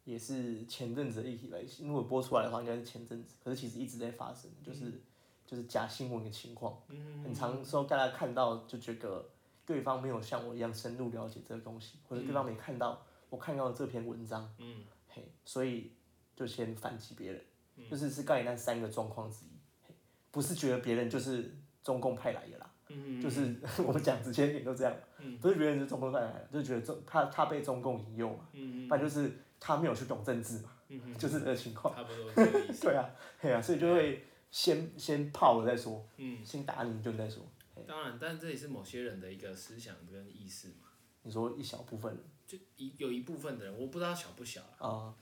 Speaker 1: 也是前阵子的议题来，如果播出来的话，应该是前阵子，可是其实一直在发生，就是、就是假新闻的情况，
Speaker 3: 嗯，
Speaker 1: 很常时候大家看到就觉得对方没有像我一样深入了解这个东西，或者对方没看到我看到的这篇文章，
Speaker 3: 嗯，
Speaker 1: 嘿，所以就先反击别人，就是是刚才那三个状况之一，嘿不是觉得别人就是中共派来的啦，
Speaker 3: 嗯
Speaker 1: 就是 我们讲直接一点就这样，不是别人是中共派来的，就觉得中他他被中共引诱嘛，
Speaker 3: 嗯
Speaker 1: 反正就是他没有去懂政治嘛，
Speaker 3: 嗯嗯，
Speaker 1: 就是这个 情况，
Speaker 3: 差不多是这个意思。
Speaker 1: 对啊，嘿啊，所以就会先先泡了再说，
Speaker 3: 嗯。
Speaker 1: 先打你一顿再说，
Speaker 3: 当然，但这也是某些人的一个思想跟意识嘛。
Speaker 1: 你说一小部分人
Speaker 3: 就一有一部分的人，我不知道小不小啊，
Speaker 1: 啊，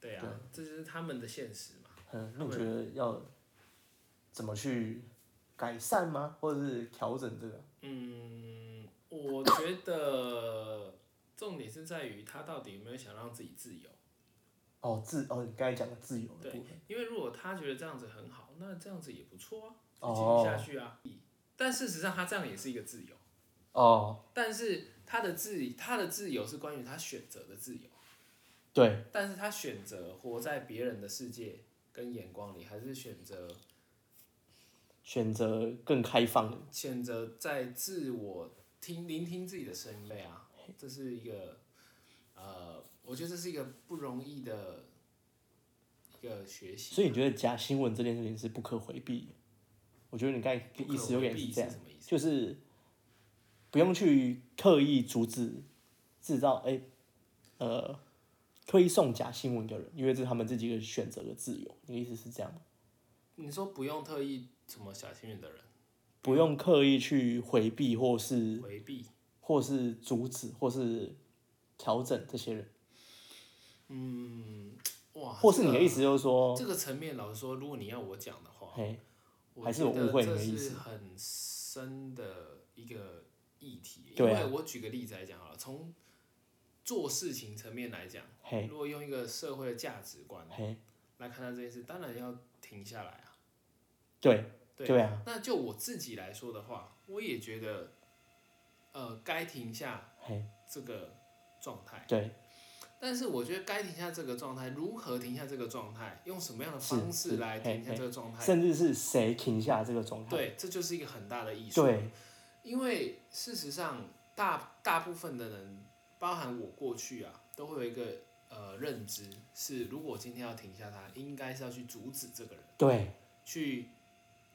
Speaker 3: 对啊，这就是他们的现实嘛。
Speaker 1: 嗯，那你觉得要怎么去改善吗？或者是调整这个？
Speaker 3: 嗯，我觉得重点是在于他到底有没有想让自己自由。
Speaker 1: 哦，自哦，你刚才讲的自由的
Speaker 3: 对
Speaker 1: 部分，，
Speaker 3: 因为如果他觉得这样子很好，那这样子也不错啊，就继续
Speaker 1: 哦
Speaker 3: 下去啊。但事实上，他这样也是一个自由，
Speaker 1: 哦，
Speaker 3: 但是他的自他的自由是关于他选择的自由。
Speaker 1: 对，
Speaker 3: 但是他选择活在别人的世界跟眼光里，还是选择
Speaker 1: 选择更开放的，
Speaker 3: 选择在自我听聆听自己的声音对啊，这是一个呃，我觉得这是一个不容易的一个学习。
Speaker 1: 所以你觉得假新闻这件事情是不可回避的？我觉得你刚才
Speaker 3: 不可
Speaker 1: 意思有点
Speaker 3: 回避
Speaker 1: 是这样
Speaker 3: 是，什么意思？
Speaker 1: 就是不用去特意阻止制造哎、呃推送假新闻的人，因为这是他们自己的选择的自由。你的意思是这样吗？
Speaker 3: 你说不用特意什么小心眼的人，
Speaker 1: 不用刻意去回避或是
Speaker 3: 回避，
Speaker 1: 或是阻止或是调整这些人，
Speaker 3: 嗯，哇，
Speaker 1: 或是你的意
Speaker 3: 思？
Speaker 1: 思就是说，
Speaker 3: 这个层面，老实说，如果你要我讲的话，
Speaker 1: 嘿，
Speaker 3: 我
Speaker 1: 还是
Speaker 3: 觉
Speaker 1: 我
Speaker 3: 得
Speaker 1: 误会
Speaker 3: 这
Speaker 1: 你的意
Speaker 3: 是
Speaker 1: 思
Speaker 3: 很深的一个议题，因
Speaker 1: 对啊
Speaker 3: 为我举个例子来讲好了，从做事情层面来讲，
Speaker 1: 嘿，
Speaker 3: 如果用一个社会的价值观
Speaker 1: 嘿，
Speaker 3: 来看待这件事，当然要停下来啊。
Speaker 1: 对，
Speaker 3: 对
Speaker 1: 对啊，
Speaker 3: 那就我自己来说的话，我也觉得，呃，该停下
Speaker 1: 啊嘿，
Speaker 3: 这个状态。
Speaker 1: 对，
Speaker 3: 但是我觉得该停下这个状态，如何停下这个状态，用什么样的
Speaker 1: 是
Speaker 3: 方
Speaker 1: 是
Speaker 3: 式来
Speaker 1: 嘿
Speaker 3: 停下
Speaker 1: 嘿
Speaker 3: 这个状态，
Speaker 1: 甚至是谁停下这个状态，
Speaker 3: 对，这就是一个很大的艺术。
Speaker 1: 对，
Speaker 3: 因为事实上，大大部分的人，包含我过去啊，都会有一个呃认知，是如果今天要停下他，应该是要去阻止这个人，
Speaker 1: 对，
Speaker 3: 去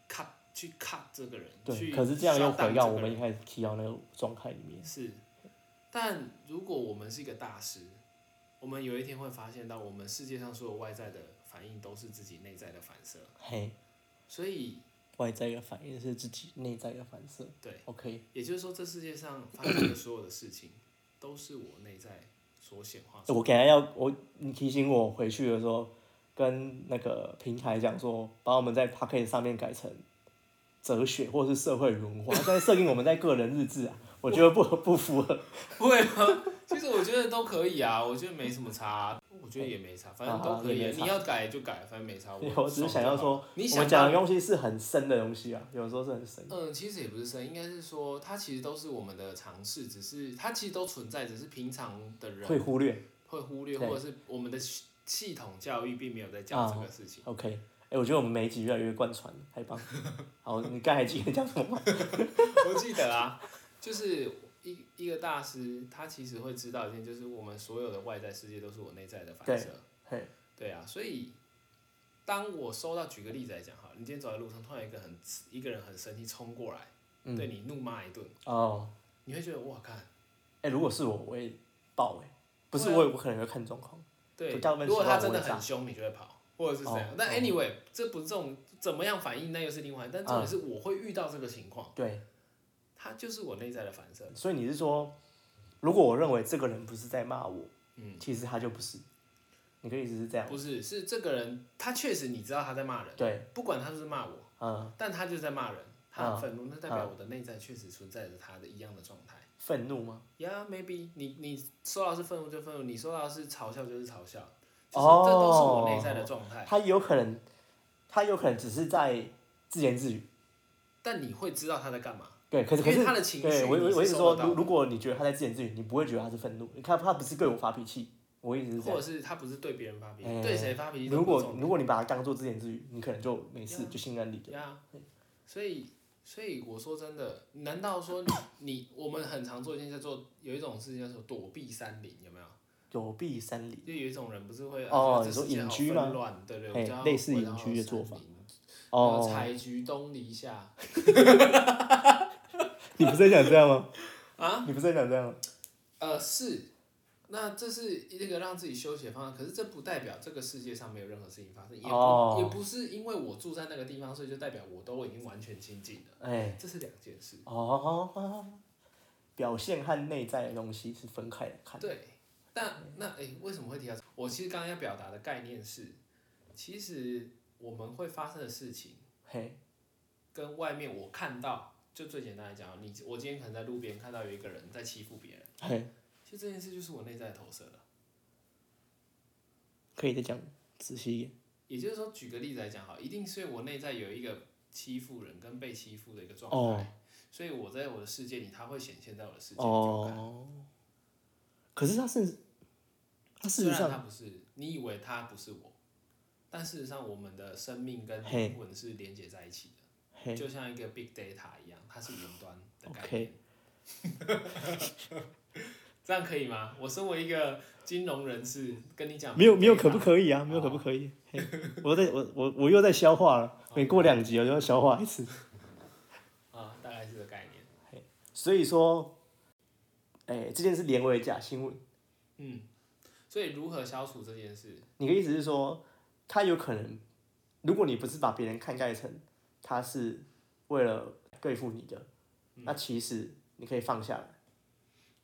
Speaker 3: cut 去 cut 这个人，
Speaker 1: 对。
Speaker 3: 去
Speaker 1: 可是这样又
Speaker 3: shut down
Speaker 1: 回到
Speaker 3: 这
Speaker 1: 我
Speaker 3: 个
Speaker 1: 们一
Speaker 3: 人
Speaker 1: 开始提到那个状态里面，
Speaker 3: 是。但如果我们是一个大师，我们有一天会发现到，我们世界上所有外在的反应都是自己内在的反射，
Speaker 1: 嘿，
Speaker 3: 所以
Speaker 1: 外在的反应是自己内在的反射
Speaker 3: 对。
Speaker 1: ，OK，
Speaker 3: 也就是说，这世界上发生的所有的事情，都是我内在所显化出来
Speaker 1: 我给他要我你提醒我回去的时候，跟那个平台讲说，把我们在 p a c k e t 上面改成哲学或是社会文化，但是设定我们在个人日志啊，我觉得不不符合。
Speaker 3: 的。 会吗？其实我觉得都可以啊，我觉得没什么差啊、我觉得也没差，反正都可以、
Speaker 1: 啊也
Speaker 3: 啊。
Speaker 1: 没差
Speaker 3: 你要改就改，反正没差。
Speaker 1: 对
Speaker 3: 我
Speaker 1: 我只是想要说
Speaker 3: 爽就好你
Speaker 1: 我们
Speaker 3: 想
Speaker 1: 讲的
Speaker 3: 到，
Speaker 1: 东西是很深的东西啊，有时候是很深。
Speaker 3: 嗯，其实也不是深，应该是说它其实都是我们的尝试，只是它其实都存在，只是平常的人
Speaker 1: 会忽略
Speaker 3: 会忽略，
Speaker 1: 对
Speaker 3: 或者是我们的系系统教育并没有在讲这个事情。
Speaker 1: ，OK，哎、我觉得我们每一集越来越贯穿了，太棒了。好，你刚才记得讲什么吗？
Speaker 3: 我记得啊，就是一一个大师，他其实会知道一件，就是我们所有的外在世界都是我内在的反射。
Speaker 1: 嘿，
Speaker 3: 对啊，所以当我收到，举个例子来讲哈，你今天走在路上，突然有一个很一个人很生气冲过来，
Speaker 1: 嗯
Speaker 3: 对你怒骂一顿，
Speaker 1: 哦，
Speaker 3: 你会觉得哇看，
Speaker 1: 哎、如果是我，我会爆哎、不是
Speaker 3: 会啊
Speaker 1: 我也，我可能会看状况。
Speaker 3: 对，
Speaker 1: 大部分
Speaker 3: 如果
Speaker 1: 情况
Speaker 3: 他真的
Speaker 1: 我会炸
Speaker 3: 很凶，你就会跑，或者是怎样。
Speaker 1: 哦
Speaker 3: 但
Speaker 1: 哦
Speaker 3: anyway，、这不是这种怎么样反应，那又是另外。但
Speaker 1: 嗯
Speaker 3: 重点是我会遇到这个情况，
Speaker 1: 对，
Speaker 3: 它就是我内在的反射。
Speaker 1: 所以你是说，如果我认为这个人不是在骂我，
Speaker 3: 嗯，
Speaker 1: 其实他就不是。你的意思是这样？
Speaker 3: 不是，是这个人，他确实你知道他在骂人，
Speaker 1: 对，
Speaker 3: 不管他是不是骂我，
Speaker 1: 嗯，
Speaker 3: 但他就是在骂人，他
Speaker 1: 嗯
Speaker 3: 很愤怒，那代表我的内在确实存在着他的一样的状态。
Speaker 1: 愤怒吗？
Speaker 3: Yeah, maybe 你你收到的是愤怒就愤怒，你收到的是嘲笑就是嘲笑，就是
Speaker 1: 哦
Speaker 3: 这都是我内在的状态。
Speaker 1: 他有可能，他有可能只是在自言自语。
Speaker 3: 但你会知道他在干嘛，
Speaker 1: 对，可是可
Speaker 3: 因
Speaker 1: 是
Speaker 3: 为他的情绪
Speaker 1: 对我我
Speaker 3: 你是
Speaker 1: 我一直
Speaker 3: 受
Speaker 1: 说，
Speaker 3: 得到
Speaker 1: 如如果你觉得他在自言自语，你不会觉得他是愤怒，你看他不是对我发脾气，我一直是这
Speaker 3: 或
Speaker 1: 样。
Speaker 3: 者是他不是对别人发脾气，
Speaker 1: 哎
Speaker 3: 对谁发脾气都
Speaker 1: 如
Speaker 3: 不
Speaker 1: 果
Speaker 3: 重啊
Speaker 1: 如果你把它当做自言自语，你可能就没事，
Speaker 3: Yeah
Speaker 1: 就心安理得。
Speaker 3: 呀所以所以我说真的，难道说你你我们很常做一件事，做有一种事情叫做躲避山林，有没有？
Speaker 1: 有避山林
Speaker 3: 就有一种人不是会
Speaker 1: 哦
Speaker 3: 啊
Speaker 1: 你
Speaker 3: 这
Speaker 1: 说
Speaker 3: 世界
Speaker 1: 隐
Speaker 3: 好
Speaker 1: 居
Speaker 3: 纷
Speaker 1: 吗
Speaker 3: 乱，对对，
Speaker 1: 嘿
Speaker 3: 比较
Speaker 1: 类似
Speaker 3: 回
Speaker 1: 隐
Speaker 3: 到
Speaker 1: 居的
Speaker 3: 山
Speaker 1: 做法
Speaker 3: 林
Speaker 1: 哦，
Speaker 3: 采菊东篱下
Speaker 1: 你不是很想这样吗？
Speaker 3: 啊，
Speaker 1: 你不是很想这样吗？
Speaker 3: 呃是，那这是一个让自己休息的方式，可是这不代表这个世界上没有任何事情发生，也不、
Speaker 1: 哦
Speaker 3: 也不是因为我住在那个地方，所以就代表我都已经完全清净了，
Speaker 1: 哎，
Speaker 3: 这是两件事。
Speaker 1: 哦，表现和内在的东西是分开来哎看。
Speaker 3: 对，但那诶、为什么会提到这？我其实刚刚要表达的概念是，其实我们会发生的事情，
Speaker 1: 嘿，
Speaker 3: 跟外面我看到，就最简单来讲，你我今天可能在路边看到有一个人在欺负别人，
Speaker 1: 嘿，
Speaker 3: 其实这件事就是我内在的投射了。
Speaker 1: 可以再讲仔细一点。
Speaker 3: 也就是说，举个例子来讲，好，一定是我内在有一个欺负人跟被欺负的一个状态，
Speaker 1: 哦
Speaker 3: 所以我在我的世界里，它会显现在我的世界里。
Speaker 1: 哦，可是他是，他事
Speaker 3: 虽
Speaker 1: 实
Speaker 3: 然它
Speaker 1: 上，
Speaker 3: 不是，你以为它不是我，但事实上我们的生命跟
Speaker 1: 嘿
Speaker 3: 灵魂是连接在一起的，
Speaker 1: 嘿，
Speaker 3: 就像一个 big data 一样，它是云端的概
Speaker 1: OK
Speaker 3: 念。这样可以吗？我身为一个金融人士，跟你讲
Speaker 1: 没有
Speaker 3: big
Speaker 1: 没有
Speaker 3: data
Speaker 1: 可不可以啊？没有可不可以？嘿，我在我我我又在消化了，每过两集我就要消化一次。
Speaker 3: 啊、大概是这个概念。
Speaker 1: 所以说，哎、这件事连为假新闻。
Speaker 3: 嗯，所以如何消除这件事？
Speaker 1: 你的意思是说，他有可能，如果你不是把别人看待成他是为了对付你的，
Speaker 3: 嗯
Speaker 1: 那其实你可以放下来。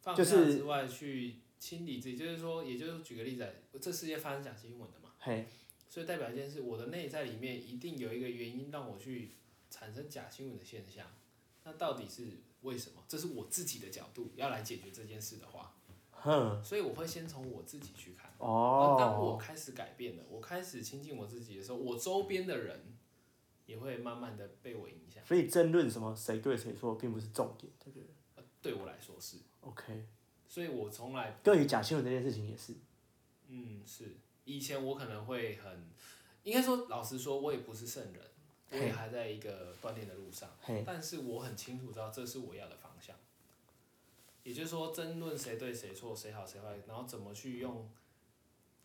Speaker 3: 放
Speaker 1: 就
Speaker 3: 下
Speaker 1: 是
Speaker 3: 之外去清理自己，就是说，也就是举个例子来，这世界发生假新闻的嘛，
Speaker 1: 嘿，
Speaker 3: 所以代表一件事，我的内在里面一定有一个原因让我去产生假新闻的现象，那到底是为什么？这是我自己的角度要来解决这件事的话，
Speaker 1: 哼，
Speaker 3: 所以我会先从我自己去看。然后啊当我
Speaker 1: 哦，
Speaker 3: 开始改变了，我开始亲近我自己的时候，我周边的人也会慢慢的被我影响。
Speaker 1: 所以争论什么谁对谁错，并不是重点，对不对
Speaker 3: 呃对我来说是，
Speaker 1: ？OK，
Speaker 3: 所以我从来
Speaker 1: 对于假新闻这件事情也是，
Speaker 3: 嗯，是以前我可能会很，应该说老实说，我也不是圣人，我
Speaker 1: 嘿
Speaker 3: 也还在一个锻炼的路上，
Speaker 1: 嘿，
Speaker 3: 但是我很清楚知道这是我要的方向。也就是说，争论谁对谁错，谁好谁坏，然后怎么去用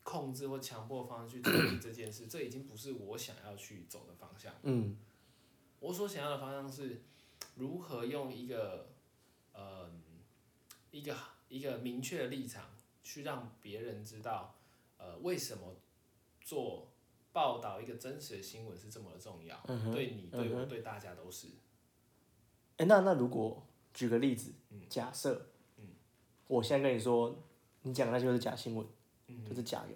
Speaker 3: 控制或强迫方式去处理这件事，这已经不是我想要去走的方向。
Speaker 1: 嗯，
Speaker 3: 我所想要的方向是如何用一个呃一个一个明确的立场，去让别人知道，呃，为什么做报道一个真实的新闻是这么的重要，
Speaker 1: 嗯哼
Speaker 3: 对你、对
Speaker 1: 嗯
Speaker 3: 我、
Speaker 1: 哼
Speaker 3: 对大家都是。
Speaker 1: 哎、那那如果举个例子，
Speaker 3: 嗯
Speaker 1: 假设，我现在跟你说，你讲的那些都是假新闻，
Speaker 3: 嗯
Speaker 1: 就是假的，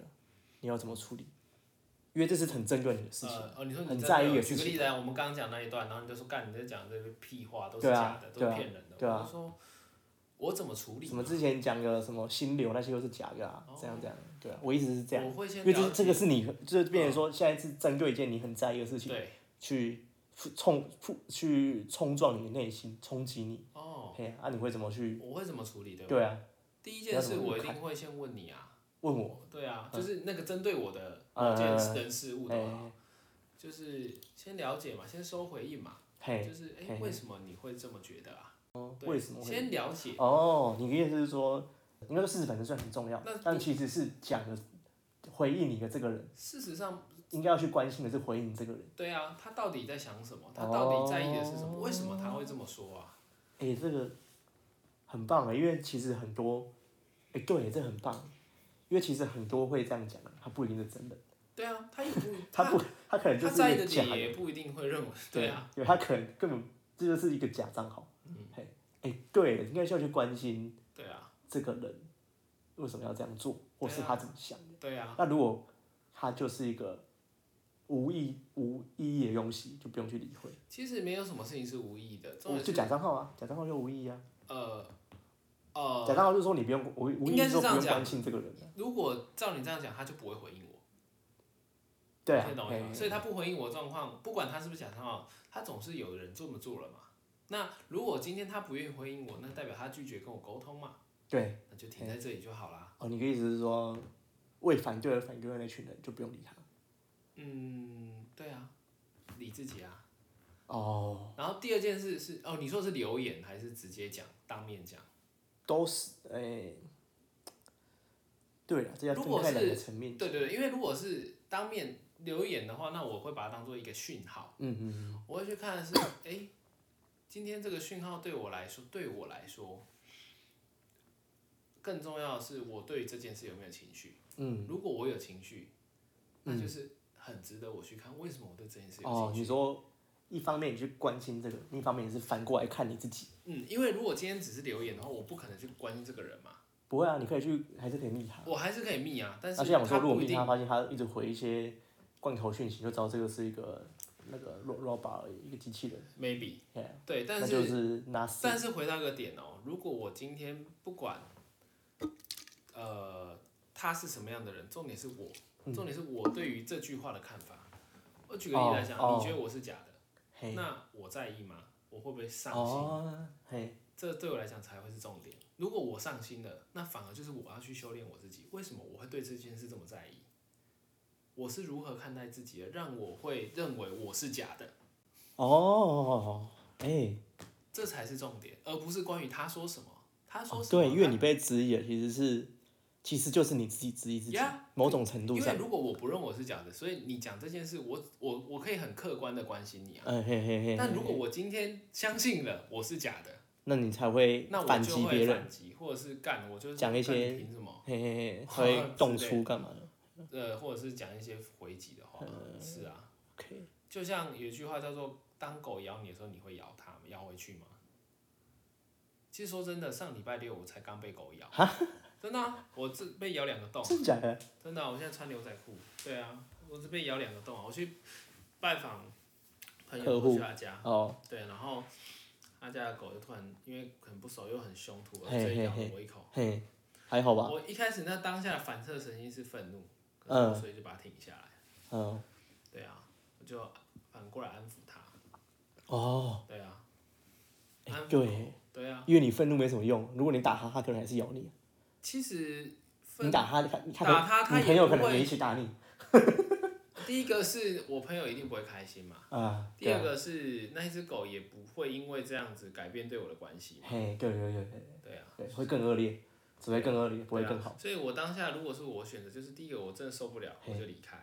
Speaker 1: 你要怎么处理？因为这是很针对你的事情，
Speaker 3: 呃，哦，你说你
Speaker 1: 很
Speaker 3: 真的
Speaker 1: 在意
Speaker 3: 有
Speaker 1: 的
Speaker 3: 举
Speaker 1: 事
Speaker 3: 个
Speaker 1: 情
Speaker 3: 例子来，啊我们刚刚讲那一段，然后你就说干，你在讲这些屁话，都是
Speaker 1: 对啊
Speaker 3: 假的，都是
Speaker 1: 对啊
Speaker 3: 骗人的。
Speaker 1: 对啊
Speaker 3: 我就说，我怎么处理？哦
Speaker 1: 什么之前讲的什么心流那些都是假的啊，这样这样，对啊，我一直是这样，
Speaker 3: 我会先
Speaker 1: 因为这
Speaker 3: 了
Speaker 1: 是这个
Speaker 3: 解
Speaker 1: 是你，就是变成说现在是针对一件你很在意的事情
Speaker 3: 对
Speaker 1: 去冲去冲撞你的内心，冲击你，
Speaker 3: 哦，
Speaker 1: 嘿，啊，你会怎么去？
Speaker 3: 我会怎么处理？对吧？
Speaker 1: 对啊，
Speaker 3: 第一
Speaker 1: 你要
Speaker 3: 件
Speaker 1: 怎
Speaker 3: 事，
Speaker 1: 么
Speaker 3: 我一
Speaker 1: 看
Speaker 3: 定会先问你啊。
Speaker 1: 问我，嗯
Speaker 3: 对啊，就是那个针对我的
Speaker 1: 呃
Speaker 3: 某件事人事物的话，
Speaker 1: 哎，
Speaker 3: 就是先了解嘛，先收回应嘛，
Speaker 1: 嘿，
Speaker 3: 就是哎、
Speaker 1: 嘿
Speaker 3: 为什么你会这么觉得啊？对
Speaker 1: 为什么会？
Speaker 3: 先了解，
Speaker 1: 哦，你的意思是说，应该说事实本身虽然很重要
Speaker 3: 那，
Speaker 1: 但其实是讲的回应你的这个人，
Speaker 3: 事实上，
Speaker 1: 应该要去关心的是回应这个人。
Speaker 3: 对啊，他到底在想什么？他
Speaker 1: 哦
Speaker 3: 到底在意的是什么？为什么他会这么说啊？
Speaker 1: 哎、这个很棒啊，因为其实很多，哎、对，这很棒，因为其实很多会这样讲，啊他不一定是真的，
Speaker 3: 对啊，他也不，
Speaker 1: 他不，他可能就
Speaker 3: 他
Speaker 1: 是一
Speaker 3: 在意
Speaker 1: 个
Speaker 3: 的
Speaker 1: 假
Speaker 3: 点也不一定会认为，对啊，，
Speaker 1: 因
Speaker 3: 嗯
Speaker 1: 为他可能根本这就是一个假账号。嘿，哎、对，应该是要去关心
Speaker 3: 对啊，
Speaker 1: 这个人为什么要这样做，或是
Speaker 3: 对啊
Speaker 1: 他怎么想。
Speaker 3: 对啊，
Speaker 1: 那如果它就是一个无意无意义的东西，就不用去理会。
Speaker 3: 其实没有什么事情是无意义的，重
Speaker 1: 我
Speaker 3: 点
Speaker 1: 就是假账号啊，假账号就无意义啊。
Speaker 3: 呃呃，
Speaker 1: 假账号就是说你不用无无意
Speaker 3: 应
Speaker 1: 义
Speaker 3: 该
Speaker 1: 就是不
Speaker 3: 这样
Speaker 1: 用
Speaker 3: 讲
Speaker 1: 关心这个人啊。
Speaker 3: 如果照你这样讲，他就不会回应我。
Speaker 1: 对啊
Speaker 3: 听得，懂我意思吗？所以他不回应我的状况，不管他是不是假账号，他总是有人这么做了嘛。那如果今天他不愿意回应我，那代表他拒绝跟我沟通嘛，
Speaker 1: 对
Speaker 3: 那就停在这里就好啦。
Speaker 1: 哦，你的意思是说为反对而反对的那群人就不用理他。
Speaker 3: 嗯，对啊，理自己啊。
Speaker 1: 哦，
Speaker 3: 然后第二件事是，哦，你说是留言还是直接讲，当面讲？
Speaker 1: 都是哎、对啊了，这要
Speaker 3: 如
Speaker 1: 分
Speaker 3: 果
Speaker 1: 开两个
Speaker 3: 是
Speaker 1: 层面。
Speaker 3: 对对对，因为如果是当面留言的话，那我会把它当做一个讯号。
Speaker 1: 嗯嗯
Speaker 3: 我会去看的是，哎、今天这个讯号对我来说，对我来说，更重要的是我对这件事有没有情绪。
Speaker 1: 嗯，
Speaker 3: 如果我有情绪，那就是很值得我去看为什么我对这件事
Speaker 1: 嗯
Speaker 3: 有
Speaker 1: 哦，
Speaker 3: 情
Speaker 1: 你
Speaker 3: 绪。
Speaker 1: 说一方面你去关心这个，另一方面也是反过来看你自己。
Speaker 3: 嗯，因为如果今天只是留言的话，我不可能去关心这个人嘛，
Speaker 1: 不会啊，你可以去，还是可以密他。
Speaker 3: 我还是可以密啊，但是
Speaker 1: 而且我说，
Speaker 3: 他
Speaker 1: 如果
Speaker 3: 不一
Speaker 1: 密
Speaker 3: 定
Speaker 1: 他发现他一直回一些罐头讯息，就知道这个是一个那个 ro- robot 一个机器人，
Speaker 3: maybe
Speaker 1: 嘿
Speaker 3: 对，但
Speaker 1: 那
Speaker 3: 是
Speaker 1: 就是拿死
Speaker 3: 但是回到一个点哦，如果我今天不管，呃，他是什么样的人，重点是我，重点是我对于这句话的看法。我举个例子来讲，
Speaker 1: 嗯哦哦
Speaker 3: 你觉得我是假的，
Speaker 1: 嘿
Speaker 3: 那我在意吗？我会不会上心？
Speaker 1: 哦嘿
Speaker 3: 这对我来讲才会是重点。如果我上心了，那反而就是我要去修炼我自己。为什么我会对这件事这么在意？我是如何看待自己的，让我会认为我是假的，
Speaker 1: 哦哎
Speaker 3: 这才是重点，而不是关于他说什么，他说
Speaker 1: 哦
Speaker 3: 什么，
Speaker 1: 对，因为
Speaker 3: 他
Speaker 1: 你被质疑了，其实是其实就是你自己质疑自己
Speaker 3: Yeah，
Speaker 1: 某种程度
Speaker 3: 因为
Speaker 1: 上，
Speaker 3: 如果我不认我是假的，所以你讲这件事，我我我可以很客观的关心你啊。
Speaker 1: 嗯嘿嘿嘿，
Speaker 3: 但
Speaker 1: 嘿
Speaker 3: 如果我今天相信了我是假的，
Speaker 1: 那你才会
Speaker 3: 那我
Speaker 1: 反
Speaker 3: 就
Speaker 1: 击别
Speaker 3: 会
Speaker 1: 人，
Speaker 3: 反击，或者是干，我就是
Speaker 1: 讲一些
Speaker 3: 干你凭什么，
Speaker 1: 嘿嘿嘿，才会动
Speaker 3: 之类
Speaker 1: 粗干嘛的
Speaker 3: 呃，或者是讲一些回击的话，是啊。
Speaker 1: ？OK，
Speaker 3: 就像有一句话叫做当狗咬你的时候，你会咬它吗？咬回去吗？其实说真的，上礼拜六我才刚被狗咬，真的啊、我这被咬两个洞，
Speaker 1: 真的假的？
Speaker 3: 真的啊、我现在穿牛仔裤。对啊，我这被咬两个洞啊！我去拜访朋
Speaker 1: 客
Speaker 3: 友，
Speaker 1: 户
Speaker 3: 我去他家，
Speaker 1: 哦，
Speaker 3: 对，然后他家的狗就突然因为很不熟又很凶土，
Speaker 1: 嘿
Speaker 3: 所以
Speaker 1: 嘿
Speaker 3: 咬了
Speaker 1: 嘿
Speaker 3: 我一口。
Speaker 1: 嘿，还好吧？
Speaker 3: 我一开始那当下的反射神经是愤怒，可
Speaker 1: 嗯
Speaker 3: 是我所以就把它停下来。
Speaker 1: 嗯，
Speaker 3: 对啊，我就反过来安抚它。
Speaker 1: 哦，
Speaker 3: 对啊，
Speaker 1: 哎
Speaker 3: 安抚
Speaker 1: 对
Speaker 3: 狗。对啊，
Speaker 1: 因为你愤怒没什么用，如果你打他，他可能还是咬你。
Speaker 3: 其实愤
Speaker 1: 你打他，他他
Speaker 3: 打他他
Speaker 1: 你
Speaker 3: 也
Speaker 1: 很有
Speaker 3: 不
Speaker 1: 可能
Speaker 3: 会
Speaker 1: 也一起打你
Speaker 3: 第一个是我朋友一定不会开心嘛，
Speaker 1: 啊。
Speaker 3: 第
Speaker 1: 对
Speaker 3: 二
Speaker 1: 啊，
Speaker 3: 个是那一只狗也不会因为这样子改变对我的关系嘛。
Speaker 1: 嘿，对对对对
Speaker 3: 对啊。
Speaker 1: 对，会更恶劣，只会更恶劣，不会更好。
Speaker 3: 对啊。所以我当下如果是我选择，就是第一个我真的受不了，
Speaker 1: 嘿
Speaker 3: 我就离开；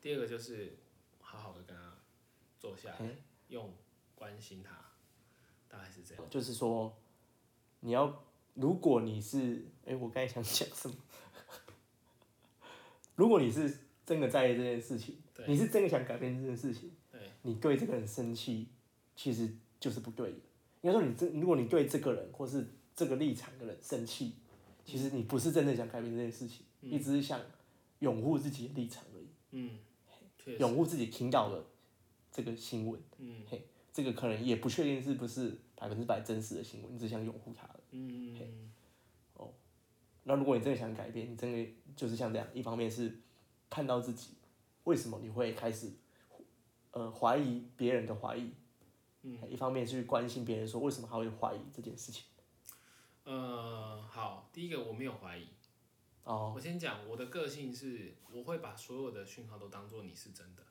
Speaker 3: 第二个就是好好的跟他坐下来
Speaker 1: 嘿，
Speaker 3: 用关心他，大概是这样。
Speaker 1: 就是说，你要如果你是，哎、我刚才想讲什么？ 如果你是真的在意这件事情，
Speaker 3: 对
Speaker 1: 你是真的想改变这件事情，
Speaker 3: 对
Speaker 1: 你对这个人生气，其实就是不对的。应该说你这，如果你对这个人或是这个立场的人生气，其实你不是真的想改变这件事情，你只是想拥护自己的立场而已，
Speaker 3: 嗯，确实，
Speaker 1: 拥护自己听到的这个新闻。
Speaker 3: 嗯
Speaker 1: 嘿，这个可能也不确定是不是百分之百真实的新闻，你只想拥护他而已。
Speaker 3: 嗯嗯
Speaker 1: 那如果你真的想改变，你真的就是像这样，一方面是看到自己为什么你会开始呃怀疑别人的怀疑，嗯，一方面去关心别人说为什么他会怀疑这件事情。
Speaker 3: 呃，好，第一个我没有怀疑，
Speaker 1: 哦，
Speaker 3: 我先讲我的个性是，我会把所有的讯号都当做你是真的，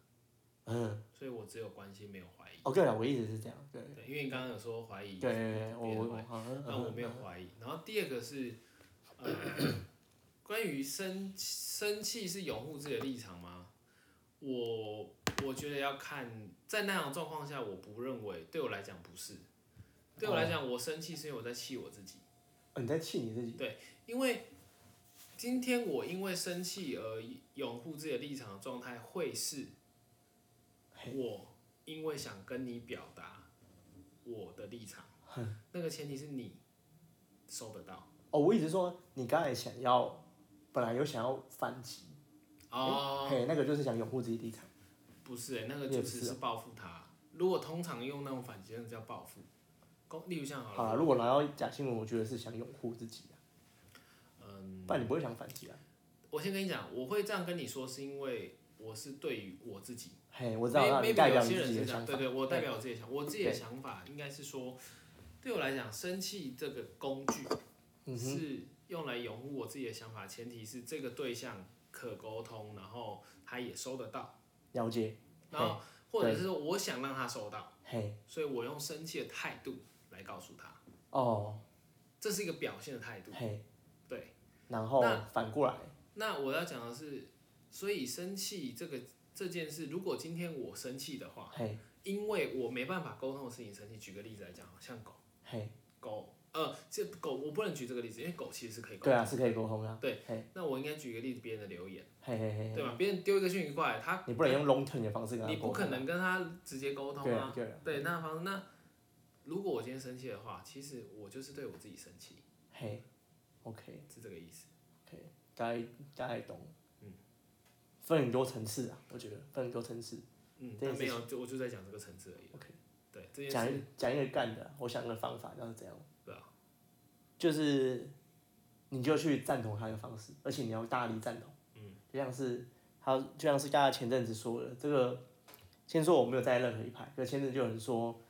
Speaker 1: 嗯，
Speaker 3: 所以我只有关心没有怀疑。
Speaker 1: 哦对了，我一直是这样，对
Speaker 3: 对，因为你刚刚有说怀疑，
Speaker 1: 对对对，我
Speaker 3: 别
Speaker 1: 我
Speaker 3: 人
Speaker 1: 我好像嗯
Speaker 3: 那我没有怀疑。然后第二个是，呃， 关于生生气是拥护自己的立场吗？我我觉得要看，在那样的状况下，我不认为对我来讲不是。对我来讲，我生气是因为我在气我自己，
Speaker 1: 哦你在气你自己，
Speaker 3: 因为今天我因为生气而拥护自己的立场的状态，会是我因为想跟你表达我的立场，那个前提是你收得到。
Speaker 1: 哦，我一直说你刚才想要本来有想要反击，
Speaker 3: 哦，
Speaker 1: 嘿，那个就是想拥护自己立场。
Speaker 3: 不是、欸，那个
Speaker 1: 也
Speaker 3: 就
Speaker 1: 不
Speaker 3: 只
Speaker 1: 是啊
Speaker 3: 是报复他。如果通常用那种反击，那叫报复。公，例如像好
Speaker 1: 好
Speaker 3: 了，
Speaker 1: 了，如果拿到假新闻，我觉得是想拥护自己啊，
Speaker 3: 嗯
Speaker 1: 不，然你不会想反击啊。
Speaker 3: 我先跟你讲，我会这样跟你说，是因为我是对于我自己，
Speaker 1: 嘿，我知道，那你
Speaker 3: May-
Speaker 1: 代
Speaker 3: maybe
Speaker 1: 表
Speaker 3: 有
Speaker 1: 你
Speaker 3: 些
Speaker 1: 自
Speaker 3: 人
Speaker 1: 己的
Speaker 3: 是这
Speaker 1: 想
Speaker 3: 样，
Speaker 1: 法。
Speaker 3: 对对，我代
Speaker 1: 对
Speaker 3: 表我自己的想，我自己的
Speaker 1: 对
Speaker 3: 想法应该是说，对我来讲，生气这个工具
Speaker 1: 嗯哼，
Speaker 3: 是用来拥护我自己的想法，前提是这个对象可沟通，然后他也收得到，
Speaker 1: 了解。
Speaker 3: 然后或者是说我想让他收到，
Speaker 1: 嘿，
Speaker 3: 所以我用生气的态度来告诉他。
Speaker 1: 哦，
Speaker 3: 这是一个表现的态度。
Speaker 1: 嘿，
Speaker 3: 对，
Speaker 1: 然后
Speaker 3: 那
Speaker 1: 反过来，
Speaker 3: 那我要讲的是，所以生气这个这件事，如果今天我生气的话，
Speaker 1: 嘿，
Speaker 3: 因为我没办法沟通的事情生气。举个例子来讲，像狗，
Speaker 1: 嘿，
Speaker 3: 狗，呃，这狗我不能举这个例子，因为狗其实是可以沟
Speaker 1: 对
Speaker 3: 通。
Speaker 1: 啊，是可以沟通啊。
Speaker 3: 对
Speaker 1: 嘿，
Speaker 3: 那我应该举个例子，别人的留言，
Speaker 1: 嘿嘿嘿
Speaker 3: 对
Speaker 1: 嘿，
Speaker 3: 吧？别人丢一个讯息过来，他
Speaker 1: 你不能用 long term 的方式跟他
Speaker 3: 你不
Speaker 1: 沟
Speaker 3: 可
Speaker 1: 通啊。
Speaker 3: 能跟他直接沟通
Speaker 1: 对
Speaker 3: 啊
Speaker 1: 啊，。对啊，
Speaker 3: 对，那方那如果我今天生气的话，其实我就是对我自己生气，
Speaker 1: 嘿，OK，
Speaker 3: 是这个意思。
Speaker 1: 大概大概懂。
Speaker 3: 嗯，
Speaker 1: 分很多层次啊，我觉得分很多层次。
Speaker 3: 嗯，
Speaker 1: 这件
Speaker 3: 但
Speaker 1: 事
Speaker 3: 没有，就我就在讲这个层次而已。
Speaker 1: OK
Speaker 3: 对，这件
Speaker 1: 讲
Speaker 3: 事
Speaker 1: 一讲一个干的啊，我想个方法，那是怎样？
Speaker 3: 对啊。
Speaker 1: 就是你就去赞同他的方式，而且你要大力赞同。嗯，就像是他，就像是大家前阵子说的，这个先说我没有站在任何一派，可前阵子就有人说，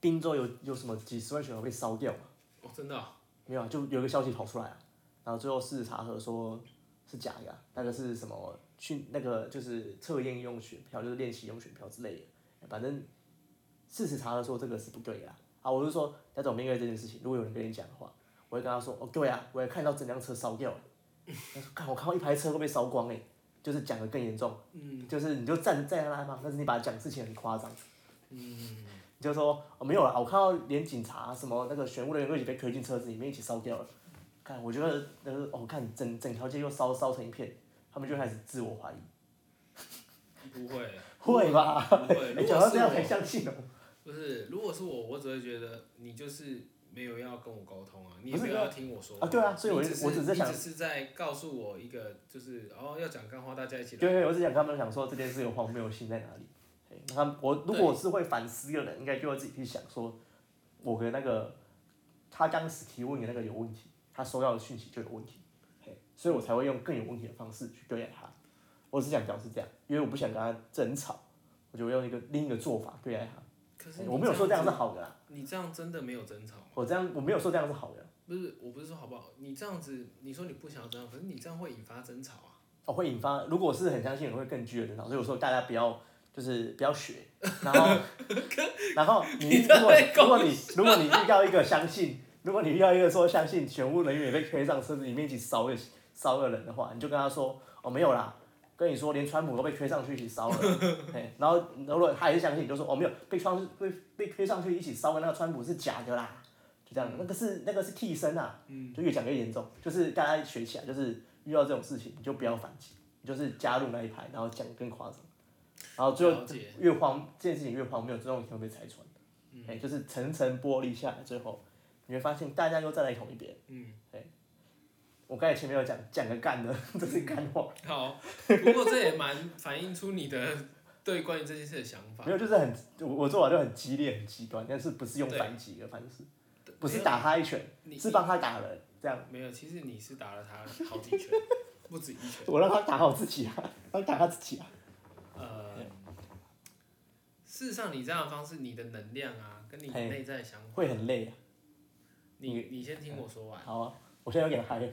Speaker 1: 滨州有有什么几十万选手被烧掉嘛？
Speaker 3: 哦，真的哦、
Speaker 1: 没有啊，就有一个消息跑出来啊，然后最后事实查核说是假的啊、那个是什么去那个就是测验用选票，就是练习用选票之类的，反正事实查核说这个是不对的啊。啊，我是说要怎么面对这件事情？如果有人跟你讲的话，我会跟他说，哦，对啊，我也看到整辆车烧掉了。他说，看我看到一排车会被烧光哎、就是讲的更严重，嗯，就是你就站站在那嘛，但是你把它讲事情很夸张，嗯，你就说哦没有了，我看到连警察什么那个玄武人员都一起被推进车子里面一起烧掉了，看我觉得那个哦看整整条街又烧烧成一片，他们就开始自我怀疑，
Speaker 3: 不会，
Speaker 1: 会吧？
Speaker 3: 不 会，
Speaker 1: 你
Speaker 3: 如
Speaker 1: 讲到
Speaker 3: 果是
Speaker 1: 这样才
Speaker 3: 我，
Speaker 1: 相信哦。
Speaker 3: 不是，如果是我，我只会觉得你就是没有要跟我沟通啊，你也
Speaker 1: 不是
Speaker 3: 没有要听我说
Speaker 1: 啊对啊所以我
Speaker 3: 你
Speaker 1: 就
Speaker 3: 只是
Speaker 1: 我只是想
Speaker 3: 你只是在告诉我一个，就是哦要讲干话，大家一起
Speaker 1: 对
Speaker 3: 来。
Speaker 1: 对，我只想跟他们讲说这件事有荒谬性在哪里。嘿那他们我如果是会反思的人，应该就会自己去想说，我的那个他当时提问的那个有问题，他收到的讯息就有问题，嘿所以我才会用更有问题的方式去对待他。我只想表示这样，因为我不想跟他争吵，我就用一个另一个做法对待他。
Speaker 3: 可是
Speaker 1: 嘿
Speaker 3: 你
Speaker 1: 我没有说这样
Speaker 3: 子
Speaker 1: 是好的啦，
Speaker 3: 你这样真的没有争吵吗？
Speaker 1: 我这样我没有说这样是好的，啊
Speaker 3: 不是，我不是说好不好，你这样子，你说你不想要这样，可是你这样会引发争吵啊。
Speaker 1: 我、哦会引发，如果是很相信人会更剧烈的争吵，所以我说大家不要就是不要学，然后然后你
Speaker 3: 你
Speaker 1: 如果
Speaker 3: 在
Speaker 1: 如果你如果你遇到一个相信，如果你遇到一个说相信全部人员也被推上车子里面一起烧个烧个人的话，你就跟他说哦没有啦。跟你说，连川普都被推上去一起烧了，嘿然后如果他还是相信，你就说哦没有，被川被被推上去一起烧的那个川普是假的啦，就这
Speaker 3: 嗯
Speaker 1: 样，那个是那个是替身啊，就越讲越严重，就是大家学起来，就是遇到这种事情你就不要反击，你就是加入那一派，然后讲更夸张，然后最后
Speaker 3: 了解嗯
Speaker 1: 越荒这件事情越荒谬，最后你会被拆穿，哎、就是层层剥离下来，最后你会发现大家又站在同一边，哎
Speaker 3: 嗯，
Speaker 1: 我刚才前面有讲讲个干的， 这是干话，
Speaker 3: 好，不过这也蛮反映出你的对关于这件事的想法
Speaker 1: 没。有就是很我我做法就很激烈很极端，但是不是用
Speaker 3: 对
Speaker 1: 反击的方式，不是打他一拳，
Speaker 3: 你
Speaker 1: 是帮他打人这样。
Speaker 3: 没有，其实你是打了他好几拳，不止一拳。
Speaker 1: 我让他打好自己啊，让他打他自己啊。
Speaker 3: 呃，事实上你这样的方式，你的能量啊，跟你
Speaker 1: 嘿
Speaker 3: 内在的想法，
Speaker 1: 会很累啊。
Speaker 3: 你你先听我说完。
Speaker 1: 好啊，我现在有点嗨了。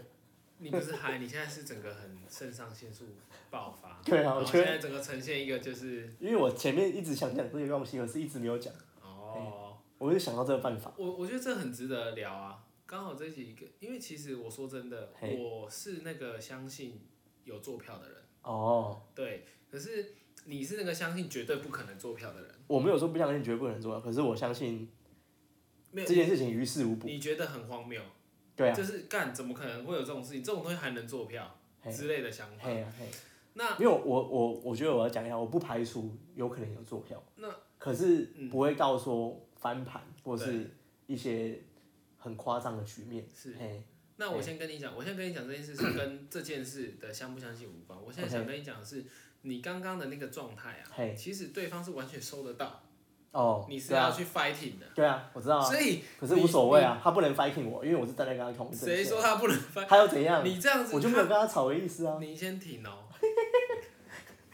Speaker 3: 你不是嗨，你现在是整个很肾上腺素爆发，
Speaker 1: 对啊，
Speaker 3: 然
Speaker 1: 我
Speaker 3: 后
Speaker 1: 觉
Speaker 3: 现
Speaker 1: 得，
Speaker 3: 在整个呈现一个就是
Speaker 1: 因为我前面一直想讲这些东西，可是一直没有讲，
Speaker 3: 哦。
Speaker 1: 我就想到这个办法。
Speaker 3: 我我觉得这很值得聊啊。刚好这一集一个，因为其实我说真的，
Speaker 1: 嘿
Speaker 3: 我是那个相信有做票的人，
Speaker 1: 哦，
Speaker 3: 对。可是你是那个相信绝对不可能做票的人，
Speaker 1: 我没有说不相信绝对不能做啊，可是我相信
Speaker 3: 没有
Speaker 1: 这件事情于事无补。
Speaker 3: 你觉得很荒谬，
Speaker 1: 对啊，
Speaker 3: 就是干怎么可能会有这种事情？这种东西还能做票
Speaker 1: 嘿，
Speaker 3: 之类的想法。
Speaker 1: 嘿啊嘿。
Speaker 3: 那
Speaker 1: 因为我我我觉得我要讲一下，我不排除有可能有做票，
Speaker 3: 那嗯
Speaker 1: 可是不会到说翻盘或是一些很夸张的局面。
Speaker 3: 是
Speaker 1: 嘿，
Speaker 3: 那我先跟你讲，我先跟你讲这件事是跟这件事的相不相信无关。我现在
Speaker 1: OK
Speaker 3: 想跟你讲的是，你刚刚的那个状态啊，
Speaker 1: 嘿，
Speaker 3: 其实对方是完全收得到，
Speaker 1: 哦，
Speaker 3: 你是
Speaker 1: 对啊
Speaker 3: 要去 fighting 的，
Speaker 1: 对啊，我知道啊，
Speaker 3: 所以
Speaker 1: 可是无所谓啊，他不能 fighting 我，因为我是站在跟他同一阵
Speaker 3: 谁
Speaker 1: 线
Speaker 3: 说他不能 fight？
Speaker 1: 他又怎样？
Speaker 3: 你这样子，
Speaker 1: 我就没有跟他吵的意思啊。
Speaker 3: 你先停哦。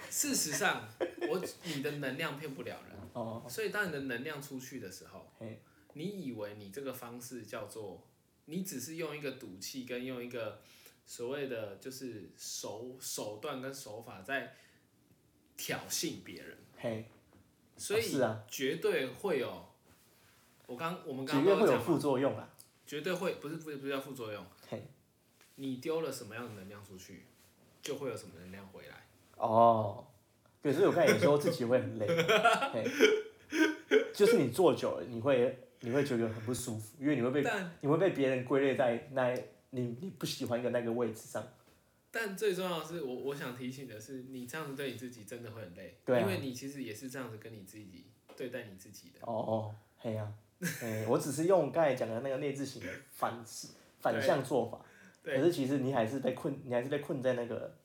Speaker 3: 事实上，我你的能量骗不了人，
Speaker 1: 哦，
Speaker 3: 所以当你的能量出去的时候
Speaker 1: 嘿，
Speaker 3: 你以为你这个方式叫做，你只是用一个赌气跟用一个所谓的就是手手段跟手法在挑衅别人，
Speaker 1: 嘿，
Speaker 3: 所以
Speaker 1: 是啊
Speaker 3: 绝对会有。我刚我们
Speaker 1: 绝
Speaker 3: 刚
Speaker 1: 对
Speaker 3: 刚都
Speaker 1: 会有
Speaker 3: 有讲嘛，
Speaker 1: 副作用啦。
Speaker 3: 绝对会不是不是不是叫副作用，
Speaker 1: 嘿，
Speaker 3: 你丢了什么样的能量出去，就会有什么能量回来。
Speaker 1: 哦，可是我看有时候自己会 很累，嘿，就是你坐久了，你会你会觉得很不舒服，因为你会被
Speaker 3: 但
Speaker 1: 你会被别人归类在那你你不喜欢的那个位置上。
Speaker 3: 但最重要的是，我我想提醒的是，你这样子对你自己真的会很累，
Speaker 1: 对啊
Speaker 3: 因为你其实也是这样子跟你自己对待你自己的。
Speaker 1: 哦哦，嘿呀、啊，嘿，我只是用刚才讲的那个内置型的反反向做法，可
Speaker 3: 对
Speaker 1: 是其实你还是被困，你还是被困在那个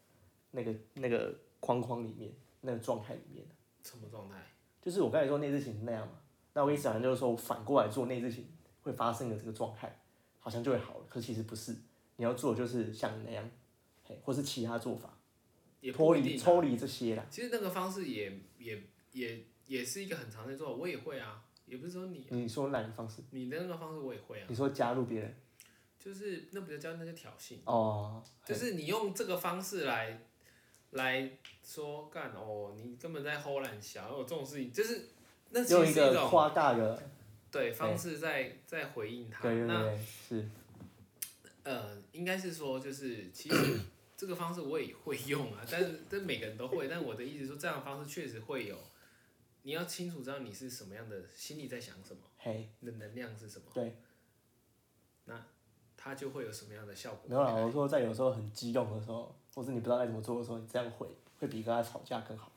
Speaker 1: 那个那个框框里面，那个状态里面。
Speaker 3: 什么状态？
Speaker 1: 就是我刚才说内置型那样嘛，那我意思好像就是说反过来做内置型会发生的这个状态，好像就会好了。可是其实不是，你要做的就是像你那样，嘿，或是其他做法，
Speaker 3: 也
Speaker 1: 脱
Speaker 3: 不一
Speaker 1: 离
Speaker 3: 定、
Speaker 1: 抽
Speaker 3: 啊。
Speaker 1: 离这些啦。
Speaker 3: 其实那个方式也也也也是一个很常见的做法，我也会啊，也不是说你
Speaker 1: 你说哪个方式？
Speaker 3: 你的那个方式我也会啊，
Speaker 1: 你说加入别人
Speaker 3: 就是那不就叫那就挑衅，
Speaker 1: 哦，
Speaker 3: 就
Speaker 1: 嘿
Speaker 3: 是你用这个方式来来说干哦，你根本在偷懒小，有这种事情就是那其
Speaker 1: 用
Speaker 3: 实
Speaker 1: 一
Speaker 3: 是一
Speaker 1: 个
Speaker 3: 种
Speaker 1: 夸大的，
Speaker 3: 对方式在在回应他。
Speaker 1: 对对
Speaker 3: 那
Speaker 1: 对，是
Speaker 3: 呃，应该是说，就是其实这个方式我也会用啊，但是但每个人都会。但我的意思是说，这样的方式确实会有，你要清楚知道你是什么样的心里在想什么，
Speaker 1: 嘿，
Speaker 3: 你的能量是什么，
Speaker 1: 对，
Speaker 3: 它就会有什么样的效果。
Speaker 1: 没有啦。我说在有时候很激动的时候，或是你不知道该怎么做的时候，你这样回会比跟他吵架更好。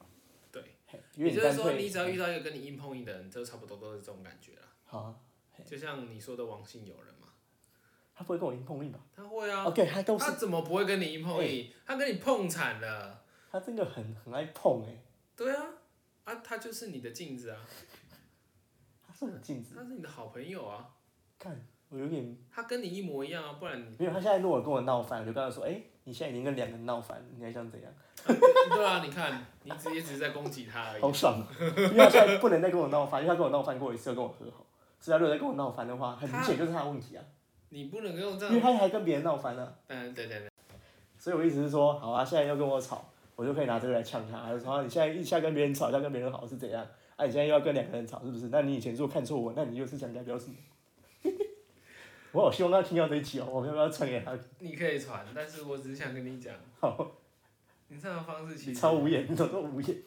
Speaker 3: 对，
Speaker 1: 嘿因为
Speaker 3: 也
Speaker 1: 你
Speaker 3: 就是
Speaker 1: 干
Speaker 3: 说，
Speaker 1: 脆嗯
Speaker 3: 你只要遇到一个跟你硬碰硬的人，就差不多都是这种感觉啦。
Speaker 1: 好啊，
Speaker 3: 就像你说的王姓友人嘛，
Speaker 1: 他不会跟我硬碰硬吧
Speaker 3: 他会啊，
Speaker 1: ？OK，他嗯都是
Speaker 3: 他怎么不会跟你硬碰硬？他跟你碰惨了，
Speaker 1: 他真的很很爱碰哎、
Speaker 3: 对啊，啊，他就是你的镜子啊，
Speaker 1: 他是我镜子，嗯
Speaker 3: 他是你的好朋友啊，
Speaker 1: 看我有点
Speaker 3: 他跟你一模一样啊，不然你
Speaker 1: 没有。他现在如果跟我闹翻，我就跟他说，哎、你现在已经跟两个人闹翻，你还想怎样？
Speaker 3: 对啊，你看，你直接只是在攻击他而已。
Speaker 1: 好爽啊，因为他现在不能再跟我闹翻，因为他跟我闹翻过一次，又跟我和好。所以他如果再跟我闹翻的话，很明显就是他的问题啊，
Speaker 3: 你不能用这
Speaker 1: 因为
Speaker 3: 样，
Speaker 1: 他还跟别人闹翻啊。
Speaker 3: 嗯，对对对，
Speaker 1: 所以我意思是说，好啊，现在要跟我吵，我就可以拿这个来呛他，然后你现在一下跟别人吵，一下跟别人好是怎样？啊，你现在又要跟两个人吵，是不是？那你以前说看错我，那你又是想代表什么？ 我好希望他听到这一集哦，我们要不要传给他？
Speaker 3: 你可以传，但是我只是想跟你讲，
Speaker 1: 好，
Speaker 3: 你这样的方式其
Speaker 1: 你
Speaker 3: 实
Speaker 1: 超无言，你怎么这么无言？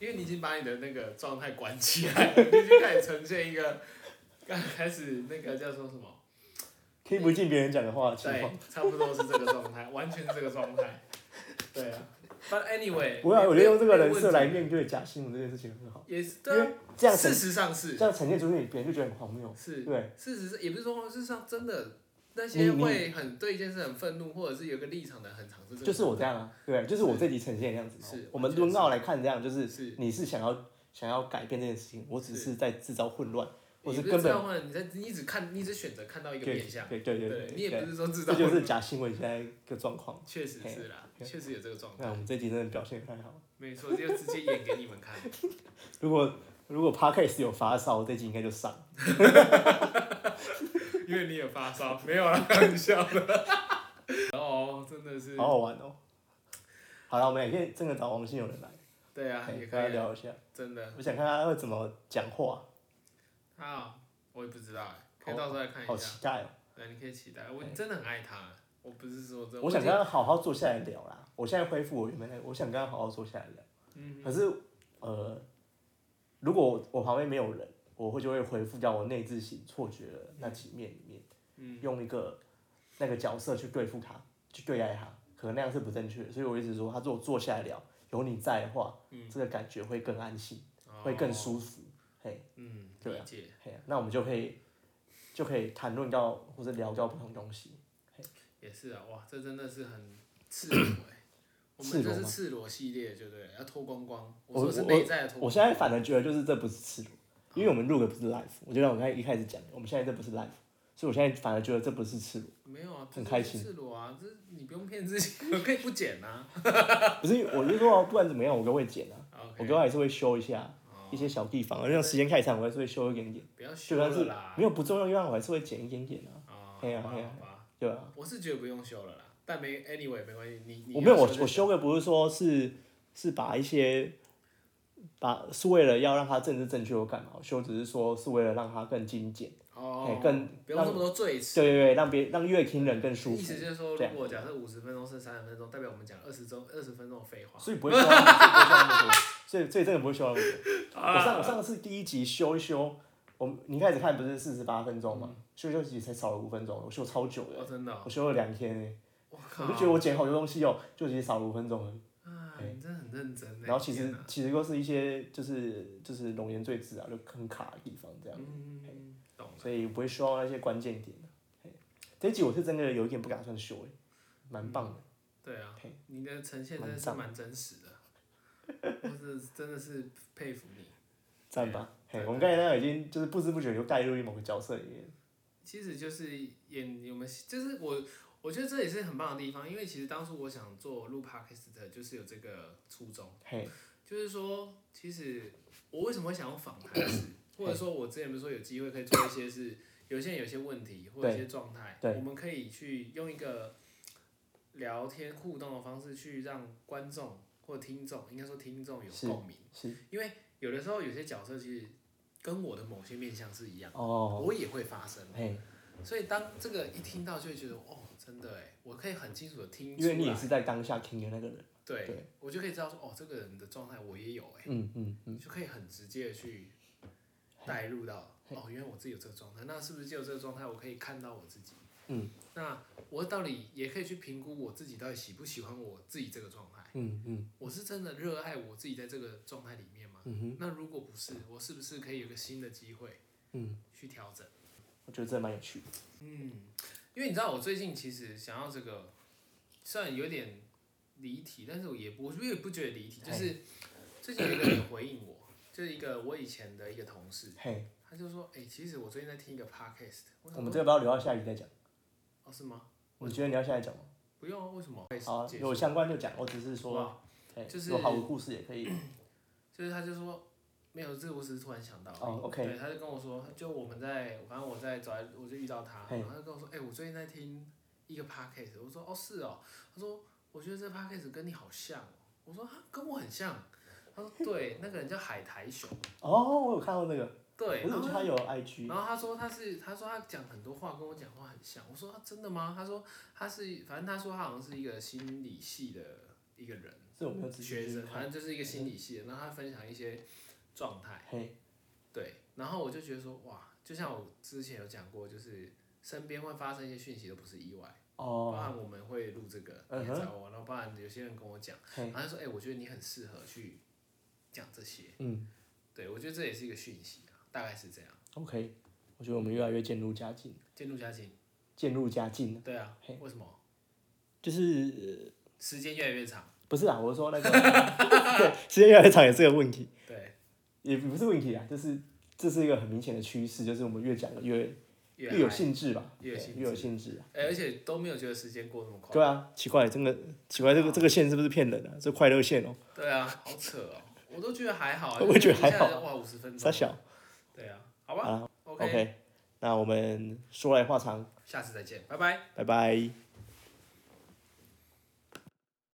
Speaker 3: 因为你已经把你的那个状态关起来了，你已经开始呈现一个，刚开始那个叫做什么？
Speaker 1: 听不进别人讲的话的情
Speaker 3: 对
Speaker 1: 况。，
Speaker 3: 差不多是这个状态，完全是这个状态。对啊，But anyway，
Speaker 1: 不要，啊我觉得用这个人设来
Speaker 3: 没有
Speaker 1: 面对假新闻这件事情很好，
Speaker 3: 问题也是
Speaker 1: 因
Speaker 3: 对啊
Speaker 1: 为，这样
Speaker 3: 事
Speaker 1: 呈
Speaker 3: 实上是
Speaker 1: 这样呈现出去，别人就觉得很荒谬。
Speaker 3: 是，
Speaker 1: 对，
Speaker 3: 事实是也不是说事实上真的那
Speaker 1: 你
Speaker 3: 些
Speaker 1: 你
Speaker 3: 会很对一件事很愤怒，或者是有一个立场的，很常是这个，
Speaker 1: 就是我这样啊，对，就是我这集呈现的样子。哦
Speaker 3: 是
Speaker 1: 我们抡奥来看这样，就是
Speaker 3: 是
Speaker 1: 你是想要想要改变这件事情，我只是在制造混乱，我
Speaker 3: 也不
Speaker 1: 根
Speaker 3: 知
Speaker 1: 本
Speaker 3: 道啊嘛，你在你只看你只选择看到一个
Speaker 1: 对
Speaker 3: 面相，
Speaker 1: 对对
Speaker 3: 对
Speaker 1: 对
Speaker 3: 你也不
Speaker 1: 对，
Speaker 3: 是说知
Speaker 1: 这
Speaker 3: 道，
Speaker 1: 就是假新闻现在的状况。
Speaker 3: 确实是啦，
Speaker 1: 嘿
Speaker 3: 确实有这个状
Speaker 1: 那我
Speaker 3: 态，
Speaker 1: 们这集真的表现得太好了。
Speaker 3: 没错，就直接演给你们看。
Speaker 1: 如果如果 podcast 有发烧，这集应该就上。
Speaker 3: 因为你也发烧，没有啦，开玩笑的。 哦，真的是，
Speaker 1: 好好玩哦。好了，我们也可以真的找王信友人来，
Speaker 3: 对啊，
Speaker 1: 嘿
Speaker 3: 也
Speaker 1: 跟他
Speaker 3: 可以
Speaker 1: 哎
Speaker 3: 啊，
Speaker 1: 聊一下。
Speaker 3: 真的。
Speaker 1: 我想看他会怎么讲话，
Speaker 3: 啊，我也不知道哎，可以
Speaker 1: 好
Speaker 3: 到时候来看
Speaker 1: 哦好
Speaker 3: 一下。
Speaker 1: 期待哦。
Speaker 3: 对，你可以期待。我
Speaker 1: 哎
Speaker 3: 真的很爱他，啊我不是说这，
Speaker 1: 我想
Speaker 3: 已
Speaker 1: 跟他
Speaker 3: 经
Speaker 1: 好好坐下来聊啦。我现在恢复我原本那个，我想跟他好好坐下来聊。
Speaker 3: 嗯
Speaker 1: 可是，呃，如果我我旁边没有人，我会就会恢复到我内置型错觉的那几面里面，
Speaker 3: 嗯，
Speaker 1: 用一个那个角色去对付他，去对待他，可能那样是不正确的。所以我一直说，他如果坐下来聊，有你在的话，
Speaker 3: 嗯
Speaker 1: 这个感觉会更安心，
Speaker 3: 哦
Speaker 1: 会更舒服。嘿，
Speaker 3: 嗯，
Speaker 1: 对啊
Speaker 3: 理解。
Speaker 1: 嘿啊，那我们就可以就可以谈论到或者聊到不同东西。
Speaker 3: 也是啊，哇，这真的是很 赤裸哎。我
Speaker 1: 赤
Speaker 3: 们
Speaker 1: 裸
Speaker 3: 这是
Speaker 1: 吗
Speaker 3: 赤裸系列，就对了，要脱光光。
Speaker 1: 我
Speaker 3: 我说是
Speaker 1: 我
Speaker 3: 内在的脱
Speaker 1: 我
Speaker 3: 光
Speaker 1: 现在反而觉得就是这不是赤裸，因为我们录的不是 live，我就像我刚才一开始讲的，我们现在这不是 live，所以我现在反而觉得这不是赤裸，
Speaker 3: 没有啊，这
Speaker 1: 很
Speaker 3: 就是
Speaker 1: 开心
Speaker 3: 赤裸啊，这你不用骗自己，我可以不剪啊。
Speaker 1: 不是我就说哦不管怎么样，我都会剪啊，我
Speaker 3: OK，
Speaker 1: 都还是会修一下
Speaker 3: 哦
Speaker 1: 一些小地方，而啊像时间太长，我还是会修一点点，
Speaker 3: 不要修
Speaker 1: 就算
Speaker 3: 了
Speaker 1: 是
Speaker 3: 啦。
Speaker 1: 没有不重要地方，我还是会剪一点点啊，
Speaker 3: 啊，
Speaker 1: 嘿啊
Speaker 3: 好吧
Speaker 1: 嘿啊
Speaker 3: 好吧，
Speaker 1: 对吧？
Speaker 3: 我是觉得不用修了啦，但没 anyway 没关系，你你
Speaker 1: 我没有
Speaker 3: 要
Speaker 1: 我
Speaker 3: 就
Speaker 1: 我修的不是说是是把一些。把是为了要让它政治正确或干嘛，我修只是说是为了让它更精简，
Speaker 3: 哦
Speaker 1: 嘿，更
Speaker 3: 不用那么多赘词。
Speaker 1: 对对对，让别让乐听人更舒服。
Speaker 3: 意思就是说，
Speaker 1: 这
Speaker 3: 如
Speaker 1: 样
Speaker 3: 果假设五十分钟剩三十分钟，代表我们讲二十钟二十分钟的废话。
Speaker 1: 所以不会修到那么多，不会修到那么多，所以所以真的不会修到那么 多。
Speaker 3: 啊
Speaker 1: 我上我上次第一集修一修，我们你一开始看不是四十八分钟
Speaker 3: 嗯
Speaker 1: 嘛，修一修其实才少了五分钟，我修超久
Speaker 3: 哦，
Speaker 1: 的，
Speaker 3: 真的哦，
Speaker 1: 我修了两天欸
Speaker 3: 我
Speaker 1: 我
Speaker 3: 靠
Speaker 1: 就！觉得我剪好多东西哦，就已经少了五分钟了。
Speaker 3: 啊，你真的很认真欸
Speaker 1: 嗯然后其实
Speaker 3: 天哪
Speaker 1: 其实都是一些就是就是容颜赘字啊，就很卡的地方这样，
Speaker 3: 嗯，懂了。
Speaker 1: 所以不会修到那些关键点。啊嘿这一集我是真的有一点不打算修欸蛮棒的。
Speaker 3: 对啊
Speaker 1: 嘿，
Speaker 3: 你的呈现真
Speaker 1: 蛮
Speaker 3: 的是
Speaker 1: 赞
Speaker 3: 蛮真实的，我是真的是佩服你。
Speaker 1: 赞吧！
Speaker 3: 对
Speaker 1: 嘿，我们刚才那个已经就是不知不觉就带入于某个角色里面。
Speaker 3: 其实就是演我们，就是我，我觉得这也是很棒的地方，因为其实当初我想做录 podcast 的，就是有这个初衷。
Speaker 1: 嘿，
Speaker 3: 就是说，其实我为什么会想要访谈是，或者说我之前不是说有机会可以做一些是，有些人有些问题或者一些状态，
Speaker 1: 对
Speaker 3: 我们可以去用一个聊天互动的方式去让观众或听众，应该说听众有
Speaker 1: 是
Speaker 3: 共鸣，
Speaker 1: 是
Speaker 3: 因为有的时候有些角色其实跟我的某些面相是一样，
Speaker 1: 哦，
Speaker 3: 我也会发生，
Speaker 1: 嘿，
Speaker 3: 所以当这个一听到就会觉得哦，真的哎，我可以很清楚的听出
Speaker 1: 因
Speaker 3: 来，
Speaker 1: 为你也是在当下听的那个人，
Speaker 3: 对，
Speaker 1: 对
Speaker 3: 我就可以知道说哦，这个人的状态我也有哎。
Speaker 1: 嗯嗯嗯，
Speaker 3: 就可以很直接的去带入到哦，原来我自己有这个状态，那是不是就有这个状态，我可以看到我自己，嗯，那我到底也可以去评估我自己到底喜不喜欢我自己这个状态。
Speaker 1: 嗯嗯
Speaker 3: 我是真的热爱我自己在这个状态里面吗？
Speaker 1: 嗯哼，
Speaker 3: 那如果不是，我是不是可以有个新的机会
Speaker 1: 嗯，
Speaker 3: 去调整？
Speaker 1: 我觉得这蛮有趣的。
Speaker 3: 嗯，因为你知道我最近其实想要这个，虽然有点离题，但是我也不我也不觉得离题，就是最近有一个人回应我，就是一个我以前的一个同事，
Speaker 1: 嘿，
Speaker 3: 他就说，哎、其实我最近在听一个 podcast，我
Speaker 1: 我
Speaker 3: 想
Speaker 1: 们
Speaker 3: 说
Speaker 1: 这个不要留到下一集再讲。
Speaker 3: 哦是吗？
Speaker 1: 你觉得你要现在讲吗？
Speaker 3: 不用啊，为什么？
Speaker 1: 好啊，
Speaker 3: 解释
Speaker 1: 有相关就讲。我只是说，
Speaker 3: 哇
Speaker 1: 嘿
Speaker 3: 就是
Speaker 1: 有好的故事也可以。
Speaker 3: 就是他就说没有，这个我只是突然想到而已。
Speaker 1: 哦，OK
Speaker 3: 对，他就跟我说，就我们在，反正我在早，我就遇到他，
Speaker 1: 嘿
Speaker 3: 然后他就跟我说，哎、我最近在听一个 podcast，我说哦是哦，他说我觉得这 podcast 跟你好像哦，我说啊跟我很像，他说对，那个人叫海苔熊，
Speaker 1: 哦，我有看到那个，
Speaker 3: 对，
Speaker 1: 我
Speaker 3: 然
Speaker 1: 怎么
Speaker 3: 后
Speaker 1: 记得他有 IG？
Speaker 3: 然后他说他是，他说他讲很多话跟我讲话很像。我说、啊、真的吗？他说他是，反正他说他好像是一个心理系的一个人，
Speaker 1: 这我没有仔细
Speaker 3: 学
Speaker 1: 去
Speaker 3: 生，反
Speaker 1: 看。
Speaker 3: 正就是一个心理系的。然后他分享一些状态，
Speaker 1: 嘿，
Speaker 3: 对，然后我就觉得说，哇，就像我之前有讲过，就是身边会发生一些讯息都不是意外，包
Speaker 1: 哦，
Speaker 3: 含我们会录这个，
Speaker 1: 嗯
Speaker 3: 你
Speaker 1: 哼
Speaker 3: 也找我，然后包含有些人跟我讲，
Speaker 1: 嘿
Speaker 3: 然后他说，哎、我觉得你很适合去讲这些，
Speaker 1: 嗯，
Speaker 3: 对我觉得这也是一个讯息啊，大概是这样，
Speaker 1: ，OK，我觉得我们越来越渐入佳境，
Speaker 3: 渐入佳境，
Speaker 1: 渐入佳境了，
Speaker 3: 对啊
Speaker 1: 嘿，
Speaker 3: 为什么
Speaker 1: 就是
Speaker 3: 时间越来越长？
Speaker 1: 不是啊？我是说那个， 对，时间越来越长也是个问题。
Speaker 3: 对，
Speaker 1: 也不是问题啊，就是这是一个很明显的趋势，就是我们越讲得越
Speaker 3: 越
Speaker 1: 有
Speaker 3: 嗨
Speaker 1: 兴致吧，
Speaker 3: 越有
Speaker 1: 对
Speaker 3: 兴致
Speaker 1: 越有兴致啊。
Speaker 3: 哎、而且都没有觉得时间过那么快，
Speaker 1: 对啊，奇怪，真的奇怪，这个这个线是不是骗人的、啊？这快乐线哦、
Speaker 3: 对啊，好扯哦，我都觉得还好啊，
Speaker 1: 我也觉得
Speaker 3: 就是一
Speaker 1: 还
Speaker 3: 下
Speaker 1: 好
Speaker 3: 就哇，五十分
Speaker 1: 傻
Speaker 3: 钟，
Speaker 1: 小。
Speaker 3: 对啊，好吧
Speaker 1: 啊
Speaker 3: o k
Speaker 1: OK，那我们说来话长，
Speaker 3: 下次再见，拜拜。
Speaker 1: 拜拜。